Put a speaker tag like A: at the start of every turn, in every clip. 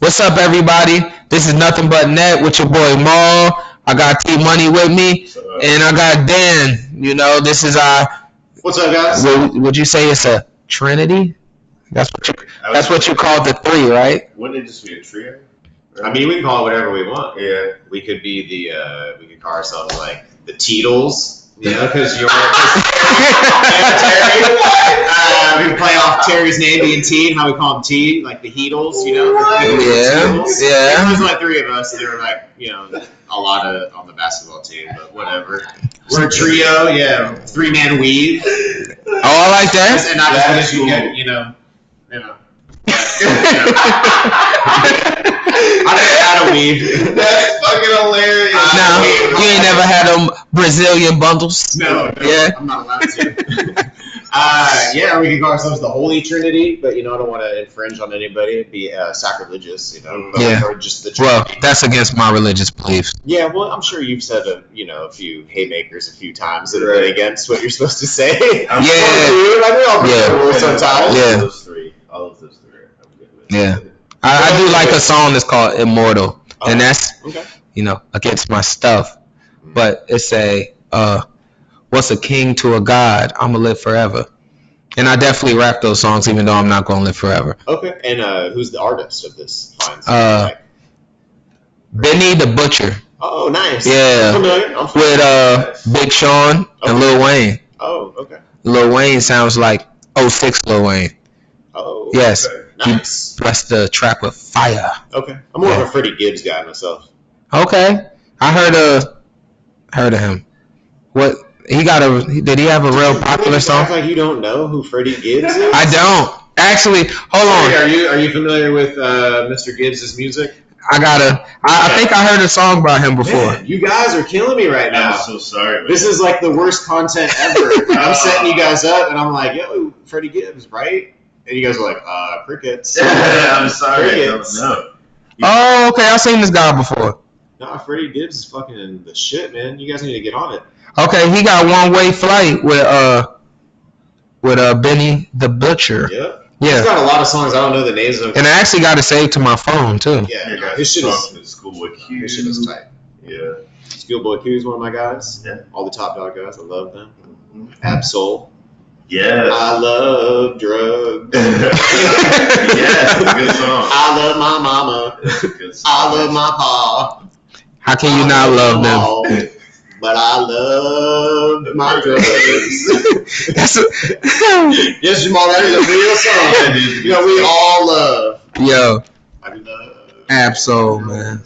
A: What's up, everybody? This is Nothing But Net with your boy Maul. I got T Money with me,
B: Uh,
A: and I got Dan. You know, this is our.
B: What's up, guys?
A: Would, would you say it's a trinity? That's what you,
B: I was-
A: that's what you call the three, right?
B: Wouldn't it just be a trio? I mean, we can call it whatever we want. Yeah, we could be the uh, we could call ourselves like the Teetles. Yeah, because you're because Terry. Uh, we can play off Terry's name being T and how we call them T, like the Heatles. You know,
A: yeah, yeah.
B: There's like three of us. There were like you know a lot of on the basketball team, but whatever. We're a trio. Yeah, three man weave.
A: Oh, I like
B: Yes,
A: that.
B: and not
C: That
B: just
C: is
B: you
C: cool.
B: get, you know, you know. I don't, I don't weave.
C: That's fucking hilarious.
A: Now, you ain't never had them Brazilian bundles.
B: No, no,
A: Yeah.
B: I'm not allowed to. uh, yeah, we can call ourselves the Holy Trinity, but you know, I don't want to infringe on anybody, be uh, sacrilegious, you know. But
A: Yeah.
B: Or just the
A: Well,
B: Trinity.
A: that's against my religious beliefs.
B: yeah, well, I'm sure you've said a, you know, a few haymakers a few times that have
C: Right.
B: been against what you're supposed to say.
C: I'm
A: Yeah.
B: Dude, I mean, I'll be
A: Yeah.
B: cool sometimes.
A: Yeah.
C: All of those three. All of those three. I'm good with.
A: Yeah. I, I do like a song that's called Immortal, and that's
B: Okay.
A: you know, against my stuff. But it's a uh what's a king to a god? I'ma live forever. And I definitely rap those songs even though I'm not gonna live forever.
B: Okay. And uh, who's the artist of this? Fine.
A: Uh, Benny the Butcher
B: oh, nice.
A: yeah.
B: I'm familiar. I'm familiar.
A: with uh Big Sean and Lil Wayne.
B: oh, okay.
A: Lil Wayne sounds like 06 Lil Wayne.
B: Oh,
A: Yes.
B: okay. Nice.
A: That's the trap with fire.
B: Okay. I'm more of
A: Yeah.
B: a Freddie Gibbs guy myself.
A: Okay. I heard uh heard of him. What he got a did he have a real popular
B: You act
A: song?
B: Like you don't know who Freddie Gibbs is?
A: I don't. Actually, hold on.
B: Sorry, Are you are you familiar with uh, Mr. Gibbs' music?
A: I gotta. I, I think I heard a song by him before.
B: Man, you guys are killing me right
C: I'm
B: now.
C: so sorry. Man.
B: This is like the worst content ever. I'm setting you guys up, and I'm like, yo, Freddie Gibbs, right? And you guys are like, uh, crickets.
C: I'm sorry. I don't
B: Crickets.
C: know.
A: Oh, okay. I've seen this guy before.
B: Nah, Freddie Gibbs is fucking the shit, man. You guys need to get on it.
A: Okay, he got one way flight with uh with uh Benny the Butcher.
B: Yep. He's
A: Yeah,
B: got a lot of songs. I don't know the names of them.
A: and I actually got it saved to my phone too.
B: Yeah,
C: You
B: no,
C: got
B: his shit is
C: Trump and Schoolboy Q.
B: his shit is tight.
C: Yeah.
B: Schoolboy Q is one of my guys.
C: Yeah. Mm-hmm.
B: All the top dog guys, I love them. Absol.
C: Yeah.
B: I love drugs.
C: yeah. It's a good song.
B: I love my mama.
C: It's a good song.
B: I love my pa.
A: How can you not love them?
B: them? But I love my drugs.
A: That's a,
B: yes, Jamal, that is a real song. You know, we all love.
A: yo,
B: I love.
A: Absol, man.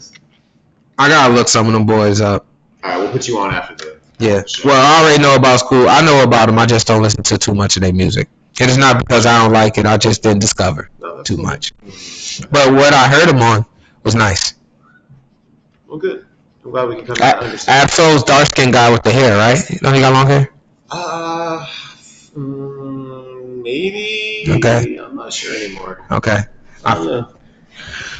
A: I gotta look some of them boys up.
B: All right, we'll put you on after the.
A: Yeah. Well, I already know about school. I know about them. I just don't listen to too much of their music. And it's not because I don't like it. I just didn't discover
B: No, that's
A: too
B: cool.
A: much. But what I heard them on was nice.
B: Well, good. I'm glad we can come
A: I-
B: to understand.
A: Absol's dark skinned guy with the hair, right? Don't he got long hair?
B: Uh, mm, maybe.
A: Okay.
B: I'm not sure anymore.
A: Okay.
B: I don't know.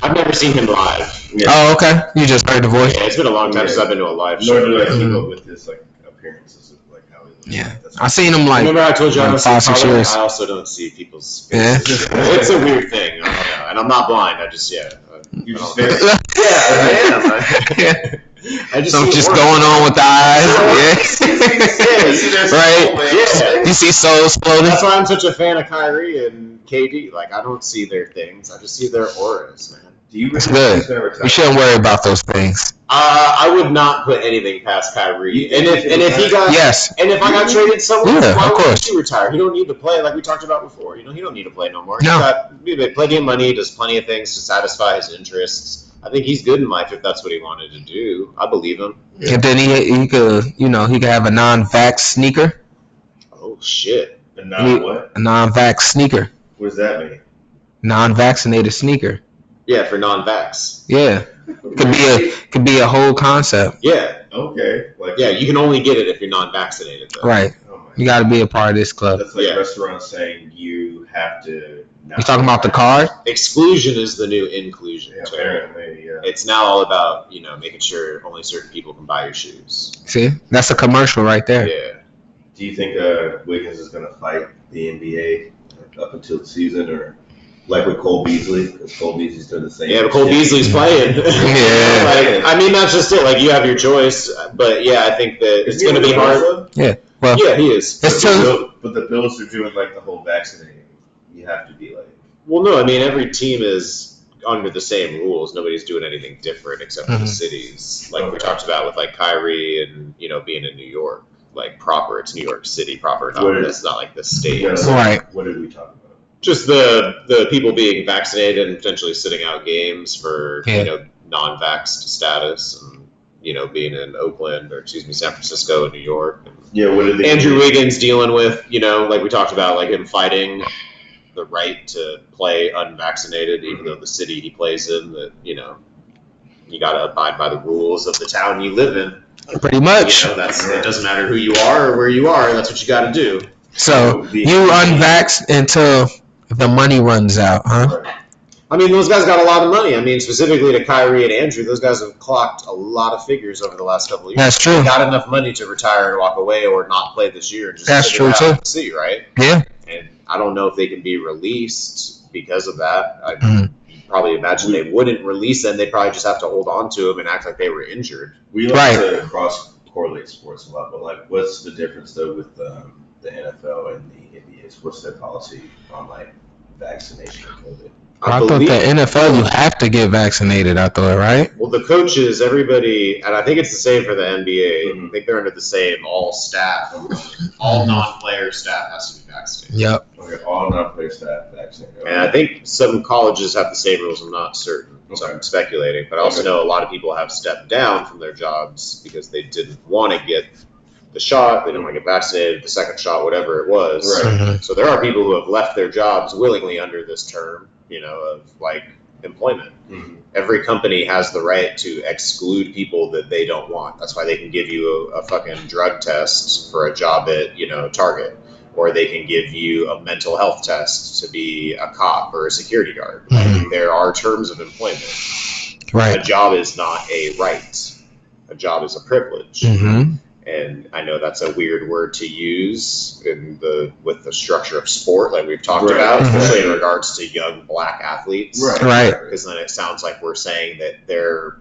B: I've never seen him live.
C: Yeah.
A: Oh, okay. You just heard the voice.
B: Yeah, it's been a long time since I've been to a live
C: Nor
B: show.
C: do I keep
A: Mhm.
C: up with his like appearances of like how he looks.
A: Yeah.
C: That's
A: I seen him like
B: Remember I told you I don't see
A: five, six
B: color?
A: years.
B: I also don't see people's
A: Yeah.
B: faces. it's a weird thing. I don't know. And I'm not blind. I just, yeah. I-
C: You
B: I
C: just
B: don't-
C: very
B: Yeah, I am.
A: yeah.
B: I just
A: So
B: see
A: just
B: work.
A: going on with the
B: Yeah, you see
A: eyes.
B: their
C: Oh,
A: Yeah.
B: soul,
A: right.
B: man. Yeah.
A: You see souls floating.
B: That's why I'm such a fan of Kyrie and KD. Like, I don't see their things. I just see their auras, man.
C: Do you
A: That's
C: remember
A: good.
C: his favorite
A: We
C: time?
A: shouldn't worry about those things.
B: Uh, I would not put anything past Kyrie.
C: You-
B: And if and if he got
A: Yes.
B: and if I got traded somewhere,
A: Yeah,
B: why
A: of
B: would
A: course.
B: he retire? He don't need to play like we talked about before. You know, he don't need to play no more. He's
A: No.
B: got he's got plenty of money, does plenty of things to satisfy his interests. I think he's good in life if that's what he wanted to do. I believe him.
A: And then he he could you know he could have a non-vax sneaker,
B: Oh shit.
C: And not
A: We-
C: what?
A: a non-vax sneaker,
C: What does that mean?
A: non-vaccinated sneaker.
B: Yeah, for non vax.
A: Yeah. Could be a could be a whole concept.
B: Yeah.
C: Okay. Like
B: Yeah, you can only get it if you're non vaccinated though.
A: Right.
C: Oh my
A: You got to be a part of this club.
C: That's like
B: Yeah.
C: restaurants saying you have to. Not
A: You talking about the card?
B: Exclusion is the new inclusion.
C: Yeah,
B: So
C: apparently, yeah.
B: It's now all about, you know, making sure only certain people can buy your shoes.
A: See, that's a commercial right there.
B: Yeah.
C: Do you think uh, Wiggins is going to fight the NBA up until the season, or like with Cole Beasley, because Cole Beasley's done the same.
B: Yeah, but Cole
C: shit.
B: Beasley's playing.
A: Yeah.
B: Like, I mean, that's just it. Like, you have your choice, but yeah, I think that it's going to be hard.
A: Well,
B: Yeah, he is.
A: That's
C: but, the
A: so-
C: Bill- but the Bills are doing like the whole vaccinating. You have to be like,
B: Well, no, I mean, every team is under the same rules. Nobody's doing anything different except for the
A: Mhm.
B: cities, like we
C: Okay.
B: talked about with like Kyrie and you know being in New York, like proper. It's New York City proper. Not,
C: Where-
B: It's not like the state.
C: Yeah.
A: all right.
C: what did we talk about?
B: Just the the people being vaccinated and potentially sitting out games for
A: Yeah.
B: you know non-vaxxed status and you know being in Oakland or excuse me San Francisco and New York. And
C: Yeah, what did they
B: Andrew Wiggins dealing with, you know, like we talked about, like him fighting the right to play unvaccinated, even though the city he plays in, that you know, you got to abide by the rules of the town you live in.
A: pretty
B: You
A: much.
B: know, that's it doesn't matter who you are or where you are. That's what you got to do.
A: So
C: The-
A: you unvaxxed until the money runs out, huh?
B: I mean, those guys got a lot of money. I mean, specifically to Kyrie and Andrew, those guys have clocked a lot of figures over the last couple of years.
A: That's true.
B: got enough money to retire and walk away or not play this year. and Just
A: That's
B: sit it
A: true,
B: out
A: too.
B: and See, right?
A: Yeah.
B: and I don't know if they can be released because of that. I
A: Mhm.
B: probably imagine they wouldn't release them. They probably just have to hold on to him and act like they were injured.
C: We like
A: Right.
C: to cross correlate sports a lot, but like, what's the difference though with um, the NFL and the NBA? What's their policy on like vaccination of COVID?
A: I, thought the NFL you have to get vaccinated. I thought, right?
B: well, the coaches, everybody, and I think it's the same for the NBA. I
C: Mhm.
B: think they're under the same all staff, Mm-hmm. all
A: Mhm.
B: non-player staff has to be vaccinated.
A: Yep.
C: Okay, all non-player staff vaccinated.
B: And I think some colleges have the same rules. I'm not certain, so
C: Okay.
B: I'm speculating. But I also
C: Okay.
B: know a lot of people have stepped down from their jobs because they didn't want to get the shot, they didn't want to get vaccinated, the second shot, whatever it was.
C: Right.
A: Mhm.
B: So there are people who have left their jobs willingly under this term, you know, of like employment.
C: Mhm.
B: Every company has the right to exclude people that they don't want. That's why they can give you a, a fucking drug test for a job at, you know, Target, or they can give you a mental health test to be a cop or a security guard. Like,
A: Mhm.
B: there are terms of employment. A
A: Right.
B: job is not a right. A job is a privilege
A: Mm-hmm.
B: and I know that's a weird word to use in the with the structure of sport, like we've talked
C: Right.
B: about,
A: Mhm.
B: especially in regards to young black athletes.
A: Right.
B: Because then it sounds like we're saying that they're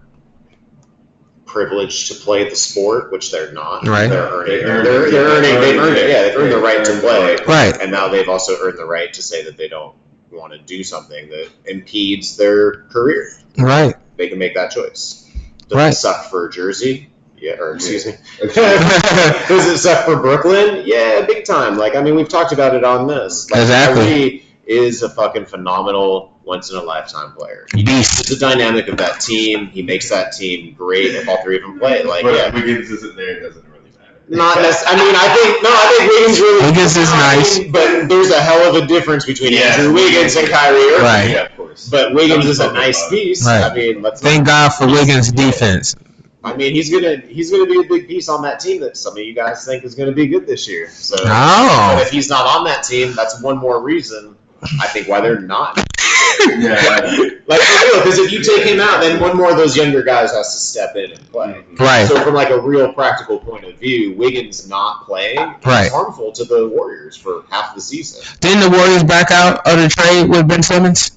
B: privileged to play the sport, which they're not.
A: Right.
B: They're earning.
C: They
B: They're,
C: earned
B: they're,
C: it.
B: earning.
C: They
B: They've earned it. Yeah, they've earned the
C: They
B: right to
C: earned
B: play.
C: it.
A: Right.
B: And now they've also earned the right to say that they don't want to do something that impedes their career
A: Right.
B: they can make that choice. Does it
A: Right.
B: suck for Jersey? Yeah, or excuse me.
A: Yeah.
B: Does it suck for Brooklyn? Yeah, big time. Like I mean, we've talked about it on this. Like,
A: Exactly.
B: Kyrie is a fucking phenomenal, once in a lifetime player.
A: Beast.
B: It's the dynamic of that team. He makes that team great if all three of them play. Like,
C: but
B: yeah.
C: if Wiggins isn't there, it doesn't really matter.
B: Not necess- I mean, I think no. I think Wiggins really.
A: Wiggins is
B: I
A: nice.
B: mean, but there's a hell of a difference between
C: Yes.
B: Andrew Wiggins and Kyrie Irving.
A: Right.
C: Yeah, of course.
B: But Wiggins is a nice piece.
A: Right.
B: I mean, let's not-
A: Thank God for Wiggins' defense.
B: I mean, he's gonna he's gonna be a big piece on that team that some of you guys think is gonna be good this year. So, but
A: Oh.
B: if he's not on that team, that's one more reason I think why they're not.
C: yeah.
B: Like for real, because if you take him out, then one more of those younger guys has to step in and play.
A: Right.
B: So, from like a real practical point of view, Wiggins not playing
A: Right.
B: is harmful to the Warriors for half the season.
A: Didn't the Warriors back out of the trade with Ben Simmons?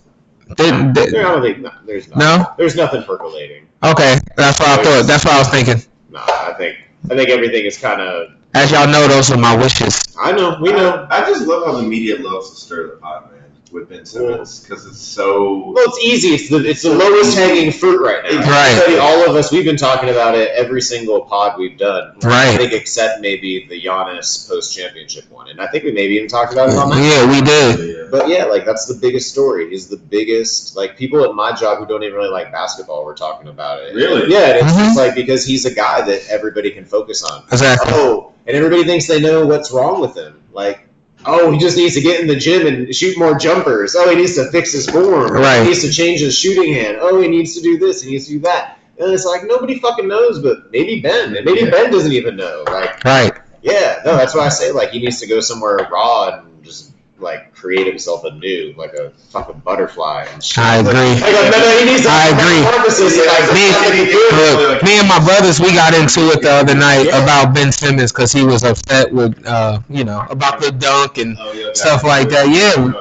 A: Didn't
B: I
A: they,
B: don't think no, there's nothing,
A: No?
B: there's nothing percolating.
A: okay, that's what I thought. That's what I was thinking.
B: No, I think I think everything is kind of
A: As y'all know, those are my wishes.
B: I know we know
C: I, I just love how the media loves to stir the pot, man, with Ben Simmons because it's so.
B: Well, it's easy. It's the it's the lowest hanging fruit right now.
A: Right.
B: Everybody, all of us, we've been talking about it every single pod we've done. I
A: Right.
B: think except maybe the Giannis post championship one, and I think we maybe even talked about it on that.
A: Yeah, we did.
C: Yeah.
B: But yeah, like that's the biggest story. He's the biggest. Like people at my job who don't even really like basketball were talking about it.
C: Really?
B: Yeah, and it's
A: Mhm.
B: just like because he's a guy that everybody can focus on.
A: Exactly.
B: Oh, and everybody thinks they know what's wrong with him. Like, oh, he just needs to get in the gym and shoot more jumpers. Oh, he needs to fix his form.
A: Right.
B: He needs to change his shooting hand. Oh, he needs to do this. He needs to do that. And it's like nobody fucking knows, but maybe Ben. And maybe
C: Yeah.
B: Ben doesn't even know. Like,
A: Right.
B: yeah, no, that's why I say like he needs to go somewhere raw and just like create himself anew, like a fucking butterfly and shit.
A: I agree.
B: Like, no, no, he needs to
A: I agree.
B: Purposes, like,
A: Me-
B: something to do.
A: Look, me and my brothers, we got into it the other night about Ben Simmons because he was upset with, uh, you know, about the dunk and
C: Oh, yeah,
A: Stuff like that, yeah.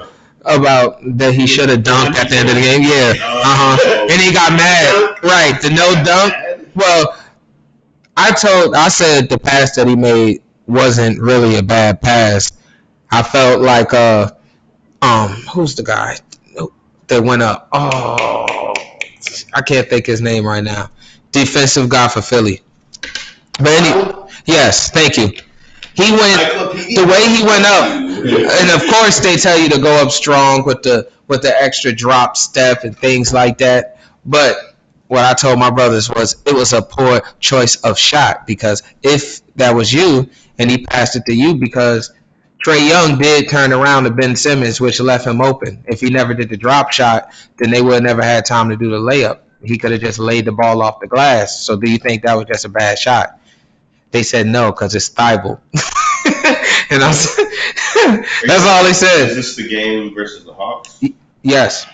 A: about that he should have dunked at the end of the game. Yeah, uh huh. And he got mad. Right, the no dunk. Well, I told, I said the pass that he made wasn't really a bad pass. I felt like uh, um, who's the guy that went up? Oh, I can't think his name right now. Defensive guy for Philly. But any, yes, thank you. He went the way he went up, and of course they tell you to go up strong with the with the extra drop step and things like that. But what I told my brothers was it was a poor choice of shot because if that was you and he passed it to you because Trey Young did turn around to Ben Simmons, which left him open. If he never did the drop shot, then they would have never had time to do the layup. He could have just laid the ball off the glass. So do you think that was just a bad shot? They said no because it's Thibault. and I was, that's all they
C: Is
A: said.
C: this the game versus the Hawks?
A: Yes,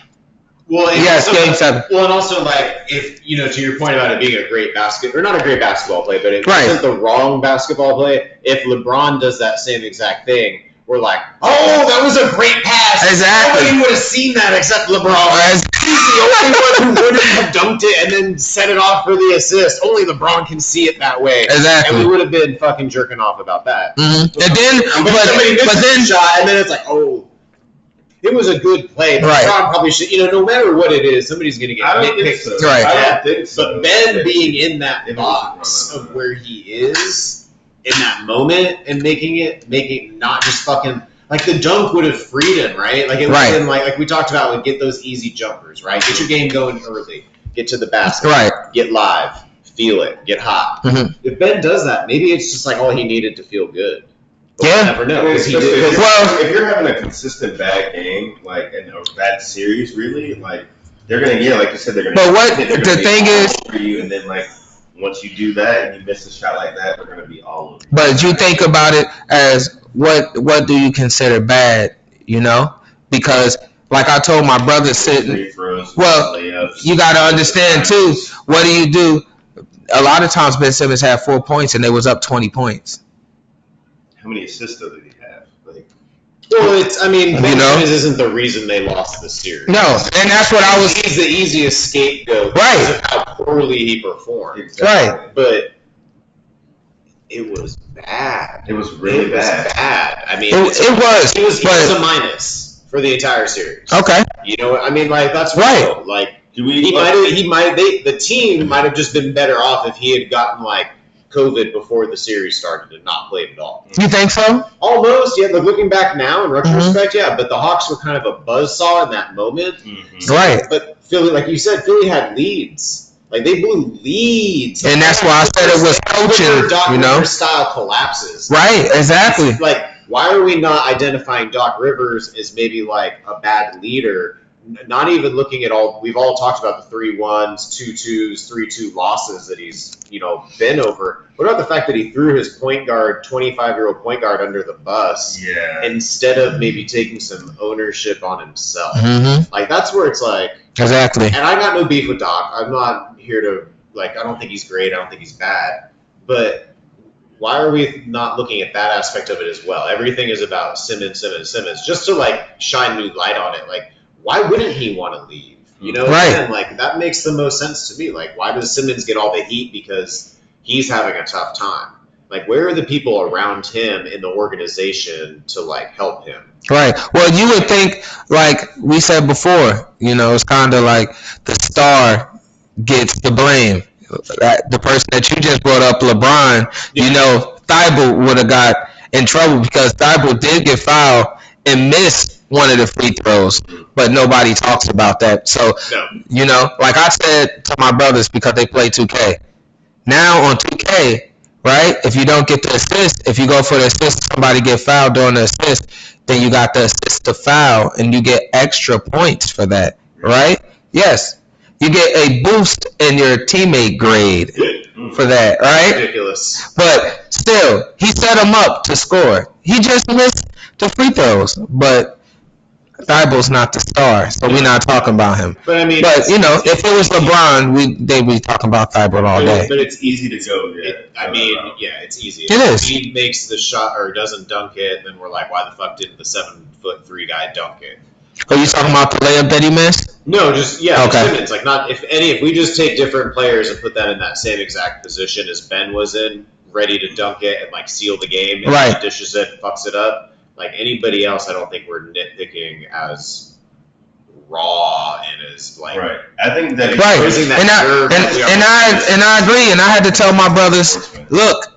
B: Well, and
A: Yes,
B: also-
A: game seven.
B: Well, and also like if you know to your point about it being a great basket or not a great basketball play, but it
A: Right.
B: wasn't the wrong basketball play. If LeBron does that same exact thing, we're like, oh, that was a great pass.
A: Exactly.
B: Nobody would have seen that except LeBron.
A: As-
B: He's the only one who wouldn't have dunked it and then set it off for the assist. Only LeBron can see it that way. And we
A: exactly.
B: would have been fucking jerking off about that.
A: hmm And then,
B: But, somebody
A: but,
B: misses
A: but
B: the
A: then,
B: shot, and then it's like, oh, it was a good play. But
A: Right.
B: LeBron probably should, you know, no matter what it is, somebody's gonna get
C: I don't think
B: nitpicked.
C: so.
A: Right.
C: I
B: Yeah.
C: don't think so.
B: But Ben being in that
C: It was
B: box
C: a run.
B: of where he is in that moment and making it, making not just fucking. Like the dunk would have freed him, right? Like it would
A: Right.
B: have been like like we talked about, would get those easy jumpers, right? Get your game going early, get to the basket,
A: right.
B: get live, feel it, get hot.
A: Mhm.
B: If Ben does that, maybe it's just like all he needed to feel good. But
A: Yeah.
B: we'll never know. 'cause he
C: Especially
B: did.
C: if-
A: Well-
C: if you're having a consistent bad game, like and a bad series, really, like they're gonna yeah, like you said, they're gonna.
A: But what-
C: they're gonna
A: the
C: be
A: thing
C: all
A: is-
C: over you, and then like once you do that and you miss a shot like that, they're gonna be all over.
A: But you think about it as what what do you consider bad? You know, because like I told my brother sitting
C: Free throws,
A: Well,
C: layups.
A: you gotta understand, too. what do you do? A lot of times Ben Simmons had four points and they was up twenty points.
C: How many assists though did he have? Like,
B: Well, it's I mean,
A: You
B: Ben
A: know?
B: Simmons isn't the reason they lost the series.
A: No, and that's what I was.
B: He's the easiest scapegoat.
A: Right.
B: because of How poorly he performed,
C: exactly.
B: but it was bad.
C: It was really
B: It was
C: bad.
B: bad. I mean,
A: It, it was,
B: he was he was
A: but-
B: a minus for the entire series.
A: okay,
B: You know, I mean, like that's
A: Right.
B: real. Like.
C: Do we?
B: He might have. He might. They, the team might have just been better off if he had gotten like COVID before the series started and not played at all.
A: you think so?
B: Almost. Yeah. Like looking back now in
A: Mm-hmm.
B: retrospect, yeah. But the Hawks were kind of a buzzsaw in that moment.
C: Mhm.
A: Right,
B: But Philly, like you said, Philly had leads. Like they blew leads.
A: and that's why I said it was
B: Doc
A: coaching. You know,
B: Rivers style collapses.
A: right? Exactly.
B: Like, why are we not identifying Doc Rivers as maybe like a bad leader? N- Not even looking at all. We've all talked about the three ones, two twos, three two losses that he's you know been over. What about the fact that he threw his point guard, twenty five year old point guard, under the bus
C: Yeah.
B: instead of maybe taking some ownership on himself?
A: Mm-hmm.
B: Like that's where it's like.
A: Exactly.
B: And I got no beef with Doc. I'm not here to like. I don't think he's great. I don't think he's bad. But why are we not looking at that aspect of it as well? Everything is about Simmons, Simmons, Simmons, just to like shine new light on it. Like, why wouldn't he want to leave? You know,
A: Right.
B: again, like that makes the most sense to me. Like, why does Simmons get all the heat because he's having a tough time? Like, where are the people around him in the organization to like help him?
A: Right. Well, you would think, like we said before, you know, it's kind of like the star gets the blame. That, the person that you just brought up, LeBron, you know, Thibault would have got in trouble because Thibault did get fouled and missed one of the free throws, but nobody talks about that. So,
B: No.
A: you know, like I said to my brothers because they play 2K. Now on 2K, right? If you don't get the assist, if you go for the assist, somebody get fouled during the assist, then you got the assist to foul and you get extra points for that, right? Yes. You get a boost in your teammate grade
C: Mm.
A: for that, right?
B: Ridiculous.
A: But still, he set him up to score. He just missed the free throws, but Thibault's not the star, so we're not talking about him.
B: But I mean,
A: But you know, if it was LeBron, we they'd be talking about Thibault all
C: But
A: day.
C: it's- but it's easy to go. Yeah.
B: It- I mean, yeah, it's easy.
A: It is.
B: He makes the shot or doesn't dunk it, then we're like, why the fuck didn't the seven foot three guy dunk it?
A: Are you talking about the layup that he missed?
B: No, just yeah,
A: Okay.
B: Simmons. Like not if any if we just take different players and put that in that same exact position as Ben was in, ready to dunk it and like seal the game and
A: Right.
B: dishes it, fucks it up. Like anybody else, I don't think we're nitpicking as raw and as like
C: Right. I think that
A: Right.
B: Losing that
A: And I
B: nerve
A: and,
B: that we are-
A: and I and I agree. And I had to tell my brothers, look,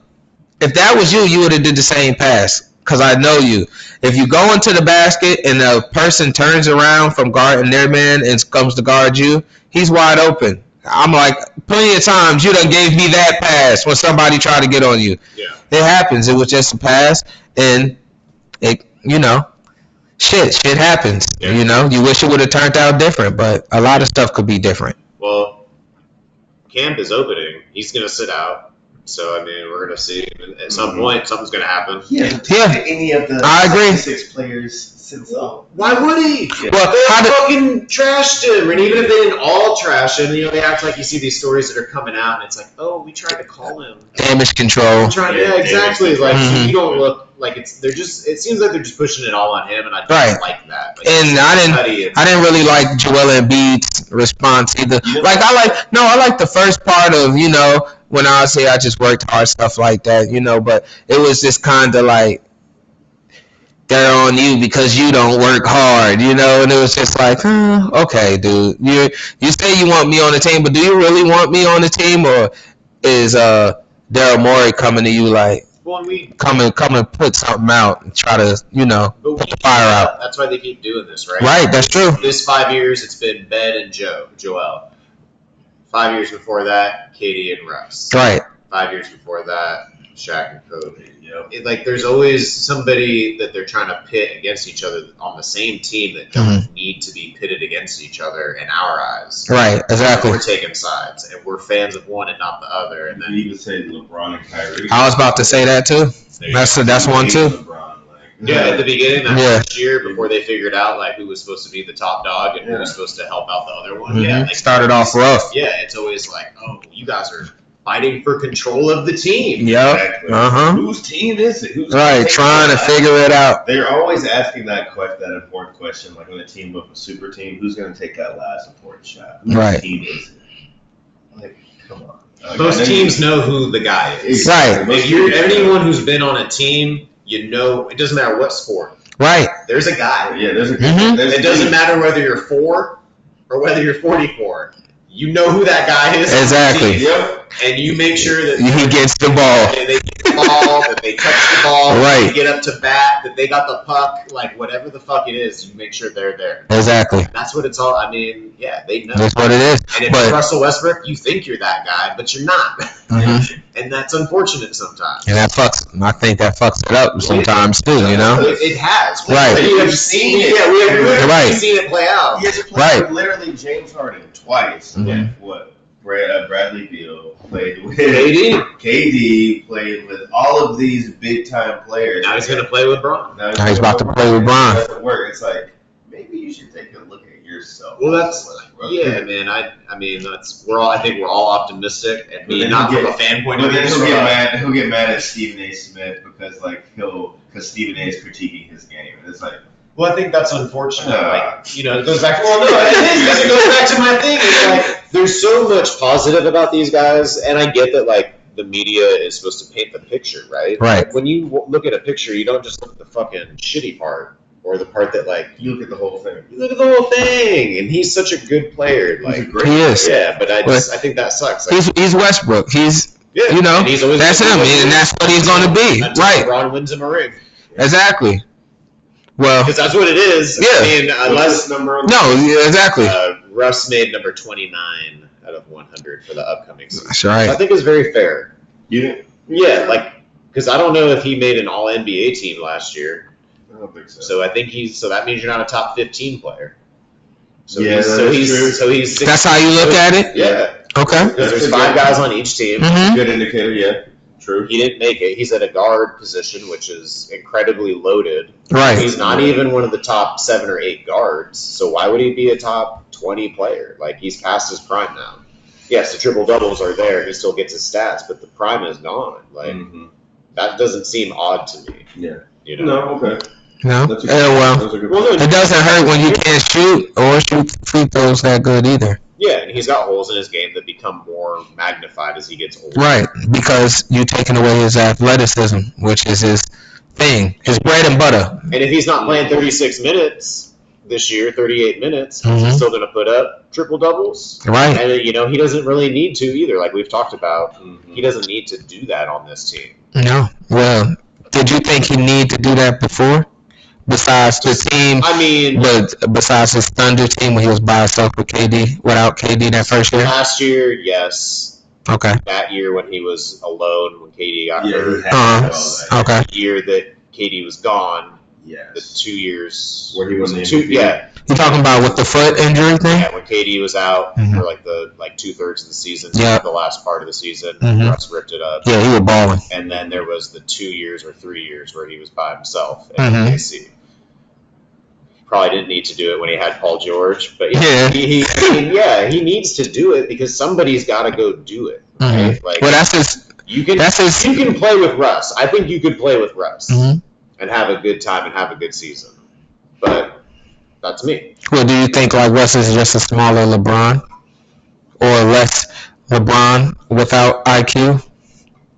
A: if that was you, you would have did the same pass because I know you. If you go into the basket and the person turns around from guarding their man and comes to guard you, he's wide open. I'm like, plenty of times you done gave me that pass when somebody tried to get on you.
B: Yeah.
A: It happens. It was just a pass, and it, you know, shit, shit happens.
B: Yeah.
A: You know, you wish it would have turned out different, but a lot of stuff could be different.
B: Well, camp is opening. He's gonna sit out. So I mean, we're gonna see at some
A: Mm-hmm.
C: Mhm.
B: point something's gonna happen.
D: He hasn't
A: Yeah.
D: picked any of the
A: I agree.
D: six players since uh,
B: Why would he?
A: Well,
B: They
A: how did,
B: fucking trashed him, and even if they didn't all trash him, you know, they act like you see these stories that are coming out, and it's like, oh, we tried to call him.
A: damage control?
B: We tried-
C: Yeah,
B: yeah, exactly.
C: they-
B: Like
A: Mhm.
B: you don't look like it's. They're just. It seems like they're just pushing it all on him, and I
A: Right.
B: don't like that. Like,
A: And
B: it's
A: I didn't-
B: petty and-
A: I didn't really like Joel Embiid's response either.
C: Yeah.
A: Like I like no, I like the first part of you know when I say I just worked hard stuff like that, you know. But it was just kind of like they're on you because you don't work hard, you know. And it was just like, hmm, okay, dude, you you say you want me on the team, but do you really want me on the team, or is uh Daryl Morey coming to you like
B: Well, and we.
A: come and come and put something out and try to you know
B: But we
A: put the fire out?
B: That's why they keep doing this, right?
A: Right, that's true.
B: This five years, it's been Ben and Joe, Joel. Five years before that, Katie and Russ.
A: Right.
B: Five years before that, Shaq and Kobe.
C: Yep.
B: it, like there's always somebody that they're trying to pit against each other on the same team that don't
A: Mm-hmm.
B: need to be pitted against each other in our eyes.
A: Right, exactly.
B: We're taking sides, and we're fans of one and not the other. And
C: And then
B: then
C: even say LeBron and Kyrie.
A: I was about to say that too. That's that's one too.
C: LeBron, like,
B: yeah, at the beginning that
A: Yeah.
B: first year, before they figured out like who was supposed to be the top dog and who was supposed to help out the other one. Yeah,
A: Mhm.
B: like,
A: Started off rough.
B: Yeah, it's always like, oh, you guys are fighting for control of the team.
A: Yep.
C: Exactly.
A: Uh huh.
C: Whose team is it? Who's
A: Right, trying to figure it out.
C: They're always asking that question, that important question, like on a team of a super team, who's going to take that last important shot? Whose
A: Right.
C: team is it? Like, come on. Like, I know
B: Most
C: you-
B: teams know who the guy is.
A: Right.
C: Most
B: If you're
C: teams know.
B: anyone who's been on a team, you know it doesn't matter what sport.
A: Right.
B: There's a guy.
C: Yeah, there's a.
A: Mhm.
C: There's a
B: It doesn't
C: team.
B: matter whether you're four or whether you're 44. You know who that guy is,
A: Exactly.
C: Yep.
B: and you make sure that
A: He gets the ball.
B: that they get the ball, that they touch the ball, that
A: Oh. Right.
B: they get up to bat, that they got the puck, like whatever the fuck it is, you make sure they're there.
A: Exactly.
B: That's what it's all. I mean, yeah, they know.
A: That's what it is.
B: and if
A: but-
B: you're Russell Westbrook, you think you're that guy, but you're not,
A: Mhm.
B: and that's unfortunate sometimes.
A: And that fucks. I think that fucks it up sometimes too. You know.
B: It, it has.
A: Right.
B: We have seen it. Yeah, we have literally
A: Right.
B: seen it play out.
C: He has played
A: Right.
C: with literally James Harden twice.
A: Mhm.
C: With what? Brad, uh, Bradley Beal played with
B: AD.
C: KD, played with all of these big time players.
B: Now he's going to play with Braun.
C: Now
A: Now he's about to play with Bron.
C: It doesn't work. It's like maybe you should take a look at yourself.
B: Well, that's
C: Bro.
B: yeah, man. I I mean, that's we're all. I think we're all optimistic, and
C: But
B: me
C: then
B: not
C: you
B: from a
C: get-
B: fan point
C: But
B: of view.
C: then he'll
B: so,
C: get
B: uh,
C: mad. He'll get mad at Stephen A. Smith because like he'll because Stephen A. is critiquing his game, and it's like
B: Well, I think that's unfortunate.
C: Uh,
B: like, you know, it goes back. Well, no, it is. 'cause It goes back to my thing. It's like there's so much positive about these guys, and I get that. Like the media is supposed to paint the picture, right?
A: Right.
B: Like, when you w- look at a picture, you don't just look at the fucking shitty part or the part that like
C: you look at the whole thing.
B: you look at the whole thing, and he's such a good player.
C: He's a
B: Like,
C: great
A: He is.
B: yeah, but I just I think that sucks. Like,
A: He's he's Westbrook. He's
B: yeah,
A: you know,
B: and he's always
A: that's
B: gonna
A: him,
B: be like-
A: and that's what he's gonna be.
B: Until
A: Right.
B: LeBron wins him a ring.
A: Exactly. Well.
B: Because that's what it is.
A: Yeah.
B: I mean, unless
C: number on
A: No. yeah, Exactly.
B: uh, Russ made number 29 out of 100 for the upcoming season.
A: That's
B: So
A: right.
B: I think it's very fair.
C: you didn't.
B: Yeah, like, because I don't know if he made an all NBA team last year.
C: I don't think so.
B: So I think he's, so that means you're not a top 15 player. So
C: Yeah,
B: he's, so
C: that's
B: he's,
C: true.
B: so he's, six-
A: That's how you look at it.
B: yeah.
A: Okay.
B: Because
C: That's
B: there's
C: a
B: five
C: good-
B: guys on each team.
A: Mhm.
C: Good indicator, yeah. True.
B: He didn't make it. He's at a guard position, which is incredibly loaded.
A: Right.
B: He's not even one of the top seven or eight guards, so why would he be a top 20 player? Like, he's past his prime now. Yes, the triple doubles are there, he still gets his stats, but the
A: Mm.
B: prime is gone. Like,
C: Mhm.
B: that doesn't seem odd to me,
C: Yeah.
B: you know?
C: No, okay.
A: No.
C: That's a
A: Oh
C: good-
A: well.
C: those are good
B: Well,
C: points.
A: It doesn't hurt when you can't shoot or shoot free throws that good either.
B: Yeah, and he's got holes in his game that become more magnified as he gets older.
A: Right. Because you're taking away his athleticism, which is his thing, his bread and butter.
B: And if he's not playing 36 minutes this year, 38 minutes,
A: Mhm.
B: he's still going to put up triple doubles.
A: Right.
B: And, you know, he doesn't really need to either. Like we've talked about,
C: Mhm.
B: he doesn't need to do that on this team.
A: No. Well, did you think he need to do that before? Besides the team,
B: I mean,
A: but besides his Thunder team when he was by himself with KD, without KD that first year.
B: last year, yes.
A: Okay.
B: That year when he was alone, when KD
C: Yeah,
B: got
C: he
B: hurt,
C: had
A: Uh-huh.
C: all that.
A: Okay.
B: the year that KD was gone, the
C: Yes.
B: two years
C: Where he was the
B: two,
C: MVP.
B: yeah,
A: You talking about with the foot injury thing?
B: yeah, when KD was out
A: Mhm.
B: for like the like two thirds of the season,
A: Yeah.
B: the last part of the season,
A: Mhm.
B: Russ ripped it up.
A: Yeah, he was balling.
B: and then there was the two years or three years where he was by himself at
A: Mhm.
B: OKC. Probably didn't need to do it when he had Paul George, but yeah,
A: Yeah.
B: He, he, I mean, yeah, he needs to do it because somebody's got to go do it.
A: Mhm.
B: Right? Like
A: Well, that's his.
B: you can
A: That's his.
B: you can play with Russ. I think you could play with Russ
A: Mhm.
B: and have a good time and have a good season. But that's me.
A: Well, do you think like Russ is just a smaller LeBron, or less LeBron without IQ,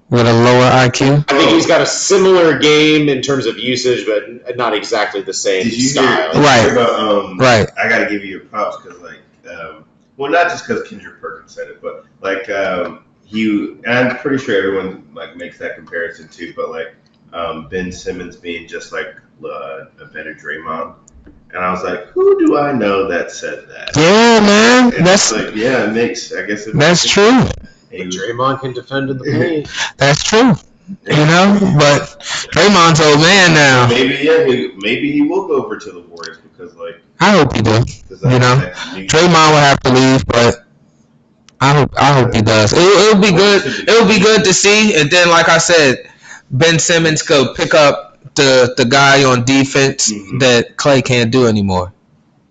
A: with a lower IQ?
B: I
C: Oh.
B: think he's got a similar game in terms of usage, but not exactly the same
C: Did you hear,
B: style.
C: did you
A: Right.
C: hear about, um,
A: Right.
C: I got to give you your props because, like, um, well, not just because Kendrick Perkins said it, but like um, he, and I'm pretty sure everyone like makes that comparison too. But like um, Ben Simmons being just like uh, a better Draymond, and I was like, who do I know that said that?
A: Yeah, man.
C: And
A: That's
C: it's like, yeah, it makes. I guess it
A: that's
C: makes-
A: true.
C: And he was-
B: Draymond can defend in the paint.
A: That's true. You know, but Draymond's old man now.
C: Maybe yeah, he, maybe he will go over to the Warriors because like
A: I hope he do.
C: because
A: You know, Draymond will have to leave, but I hope I hope he does. It, it'll be good. It'll be good to see. And then, like I said, Ben Simmons could pick up the the guy on defense
C: Mhm.
A: that Clay can't do anymore.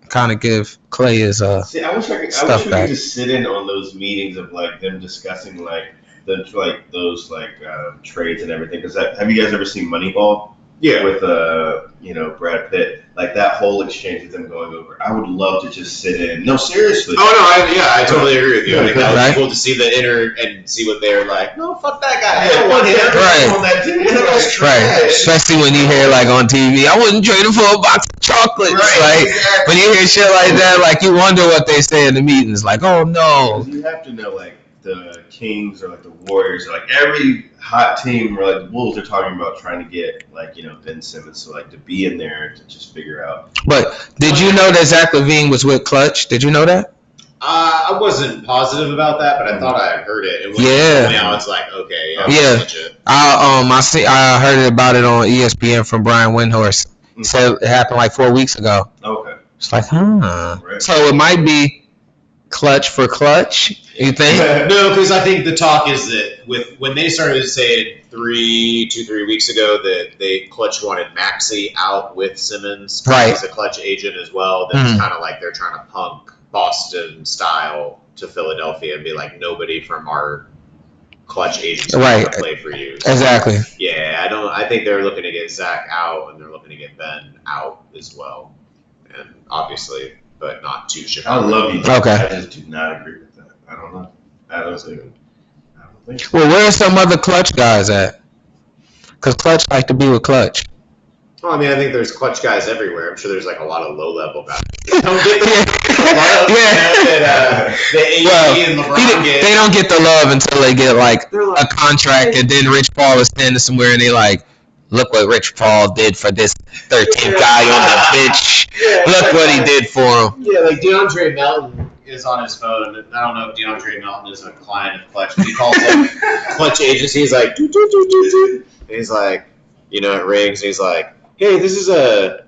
A: Kind of give Clay his uh.
C: See, I wish I could. I
A: Stuff
C: wish we
A: back.
C: could just sit in on those meetings of like them discussing like the like those like um, trades and everything. Because have you guys ever seen Moneyball?
B: Yeah.
C: With uh, you know, Brad Pitt, like that whole exchange with them going over. I would love to just sit in. No, seriously.
B: Oh no, I, yeah, I totally agree with you. I think that was
A: Right.
B: cool to see the inner and see what they're like.
C: No, fuck that guy. I don't want him. I
A: Right.
C: don't want that dude.
B: Right.
C: That guy's
A: Right,
C: trash.
A: especially when you hear like on TV, I wouldn't trade him for a box of chocolates. Like
C: exactly.
A: when you hear shit like that, like you wonder what they say in the meetings. Like, oh no,
C: 'Cause You have to know like the Kings or like the Warriors or like every hot team or like the Wolves are talking about trying to get like you know Ben Simmons so like to be in there to just figure out.
A: But did you know that Zach Levine was with Clutch? Did you know that?
B: Uh, I wasn't positive about that, but I thought I had heard it. And when
A: Yeah.
B: Now it's like okay, yeah,
A: Yeah.
B: that's legit.
A: I um I see I heard about it on E ESPN from Brian Windhorst. He said it happened like four weeks ago.
C: Okay.
A: It's like, huh.
C: Right.
A: So it might be Clutch for Clutch. You think?
B: No, because I think the talk is that with when they started saying three, two, three weeks ago that they clutch wanted Maxi out with Simmons, 'cause
A: Right.
B: He's a clutch agent as well. That's
A: Mhm.
B: kind of like they're trying to punk Boston style to Philadelphia and be like nobody from our clutch agents is
A: Right.
B: gonna play for you. So,
A: Exactly.
B: Yeah, I don't. I think they're looking to get Zach out and they're looking to get Ben out as well, and obviously, but not too
C: I
B: Chicago.
C: love you.
A: Okay.
C: I just do not agree with that. I don't know. I don't think. I don't think. so.
A: Well, where are some other Clutch guys at? Because Clutch like to be with Clutch.
B: Well, I mean, I think there's clutch guys everywhere. I'm sure there's like a lot of low level guys.
A: yeah.
B: Don't get the love
A: yeah.
B: that, uh, the AD
A: Well,
B: and
A: He
B: LeBron
A: didn't-
B: get.
A: they don't get the love until they get like
B: They're
A: a
B: like,
A: contract, and then Rich Paul is standing somewhere, and they like, look what Rich Paul did for this 13th guy on the bench.
B: yeah,
A: Look what he did for him.
B: Yeah, like DeAndre Melton is on his phone, and I don't know if DeAndre Melton is a client of Clutch. but He calls up Clutch Agency. He's like, doo, doo, doo, doo, doo. And he's like, you know, it rings. And he's like, hey, this is a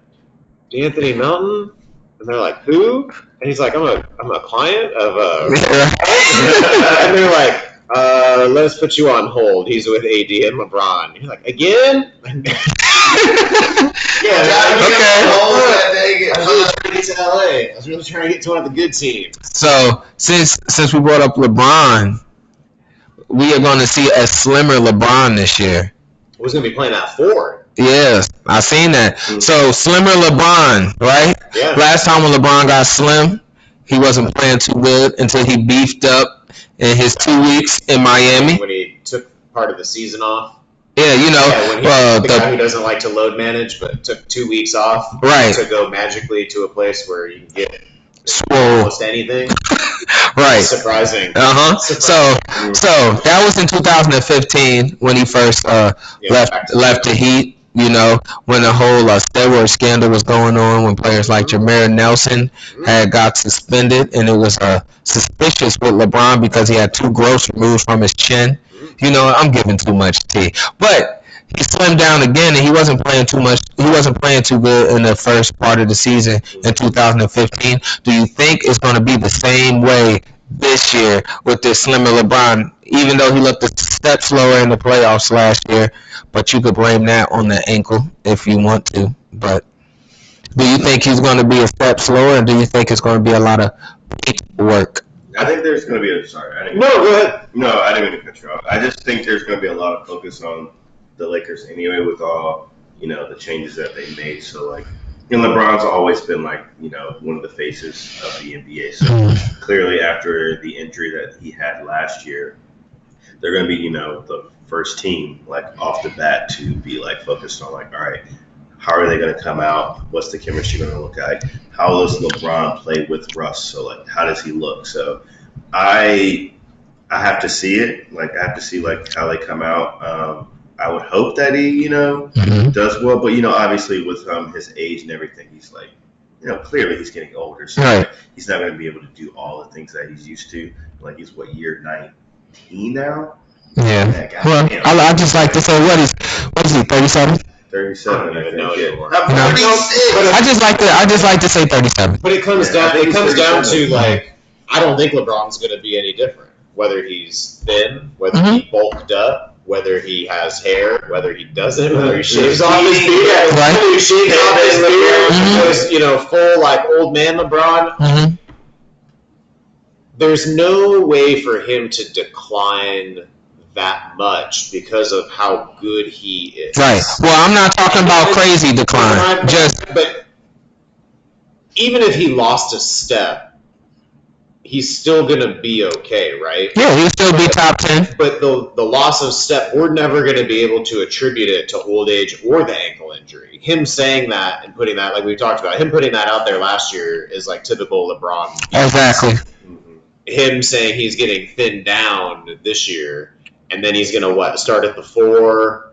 B: Anthony Melton, and they're like, who? And he's like, I'm a I'm a client of uh, a and they're like, uh, let us put you on hold. He's with AD and LeBron. You're like, again? yeah.
A: Okay.
B: I was really trying to get to LA. I was really trying to get to one of the good teams.
A: so since since we brought up LeBron, we are going to see a slimmer LeBron this year.
B: Who's going to be playing at four?
A: Yeah, I seen that. So slimmer LeBron, right?
B: Yeah.
A: Last time when LeBron got slim, he wasn't playing too good until he beefed up in his two weeks in Miami.
B: When he took part of the season off.
A: Yeah, you know,
B: yeah, when he,
A: uh,
B: the,
A: the
B: guy who doesn't like to load manage, but took two weeks off
A: right,
B: to go magically to a place where you can get
A: swole,
B: almost anything.
A: right.
B: Surprising.
A: Uh huh. So, so that was in 2015 when he first uh,
B: Yeah, back
A: left
B: to-
A: left the Heat. You know, when the whole uh, steroid scandal was going on, when players like Jameer Nelson had got suspended, and it was uh, suspicious with LeBron because he had two gross removed from his chin. You know, I'm giving too much tea, but he slimmed down again, and he wasn't playing too much. He wasn't playing too good in the first part of the season in 2015. Do you think it's going to be the same way this year with this slimmer LeBron, even though he looked a step slower in the playoffs last year. But you could blame that on the ankle if you want to. But do you think he's going to be a step slower, and do you think it's going to be a lot of paint work?
C: I think there's going to be a sorry. I didn't,
B: No, go ahead.
C: no, I didn't mean to cut you off. I just think there's going to be a lot of focus on the Lakers anyway with all you know the changes that they made. So like, and LeBron's always been like you know one of the faces of the NBA. So
B: Mm-hmm.
C: clearly after the injury that he had last year, they're going to be you know the first team like off the bat to be like focused on like all right. How are they going to come out? What's the chemistry going to look like? How does LeBron play with Russ? So like, how does he look? So, I I have to see it. Like I have to see like how they come out. Um, I would hope that he you know
A: Mm-hmm.
C: does well, but you know obviously with um, his age and everything, he's like you know clearly he's getting older, so
A: Right.
C: he's not going to be able to do all the things that he's used to. Like he's what year nineteen now?
A: Yeah.
C: Yeah, God
A: Well,
C: damn.
A: I, I just like to say what is what is he 37?
C: Thirty-seven.
B: I
C: I,
B: don't even
C: think.
B: know
C: yeah.
B: anymore.
C: I'm
A: No.
C: thirty-six.
A: I just like to I just like to say 37.
B: But it comes
C: Yeah, I
B: down.
C: think
B: It
C: it's
B: comes
C: pretty
B: down to
C: similar.
B: like I don't think LeBron's going to be any different. Whether he's thin, whether he bulked up, whether he has hair, whether he doesn't, whether he
C: Mm-hmm.
B: shaves off his beard,
A: Right.
B: whether he shaves off his beard,
A: Mhm.
B: goes, you know, full like old man LeBron.
A: Mm-hmm.
B: There's no way for him to decline that much because of how good he is.
A: Right. Well, I'm not talking about crazy decline. Just
B: but even if he lost a step, he's still gonna be okay, right?
A: yeah, he'll still be top 10.
B: But the the loss of step, we're never gonna be able to attribute it to old age or the ankle injury. Him saying that and putting that, like we talked about, him putting that out there last year is like typical LeBron.
A: Exactly.
C: Mm-hmm.
B: Him saying he's getting thinned down this year, and then he's gonna what start at the four.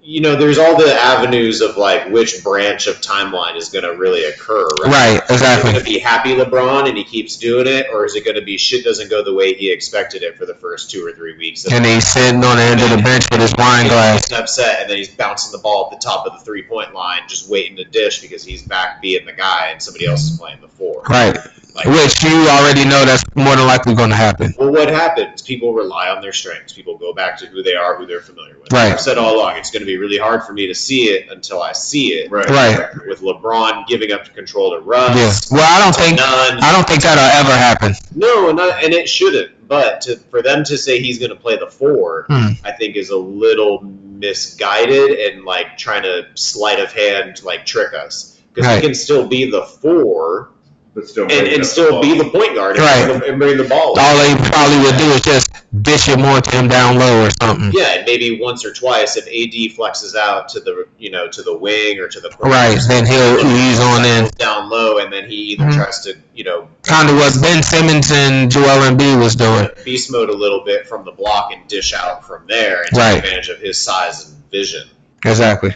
B: You know, there's all the avenues of like which branch of timeline is gonna really occur,
A: Right.
B: Is it
A: Exactly.
B: going to be happy LeBron and he keeps doing it, or is it going to be shit doesn't go the way he expected it for the first two or three weeks?
A: And he's sitting on the end of the bench with his wine glass.
B: He's upset, and then he's bouncing the ball at the top of the three point line, just waiting to dish because he's back being the guy, and somebody else is playing the four.
A: Right.
B: Like,
A: Which you already know that's more than likely going to happen.
B: well, what happens? People rely on their strengths. People go back to who they are, who they're familiar with.
A: Right.
B: I've said all along, it's going to be really hard for me to see it until I see it.
C: Right.
A: Right.
C: exactly.
B: With LeBron giving up control to Russ,
A: Yeah. Well, I don't think
B: none.
A: I don't think that'll ever happen.
B: No, not, and it shouldn't. But to, for them to say he's going to play the four,
A: Hmm.
B: I think is a little misguided and like trying to sleight of hand like trick us because
A: Right.
B: he can still be the four
C: But still,
B: and, and still be the point guard and,
A: Right.
B: bring the, and bring the ball. up.
A: All they probably would do is just dish it more to him down low or something.
B: Yeah, and maybe once or twice if AD flexes out to the you know to the wing or to the corner,
A: Right. Then he'll ease on in.
B: down low, and then he either
A: Mhm.
B: tries to you know
A: Kind of what Ben Simmons and Joel Embiid was doing.
B: beast mode a little bit from the block and dish out from there and
A: Right.
B: take advantage of his size and vision.
A: Exactly.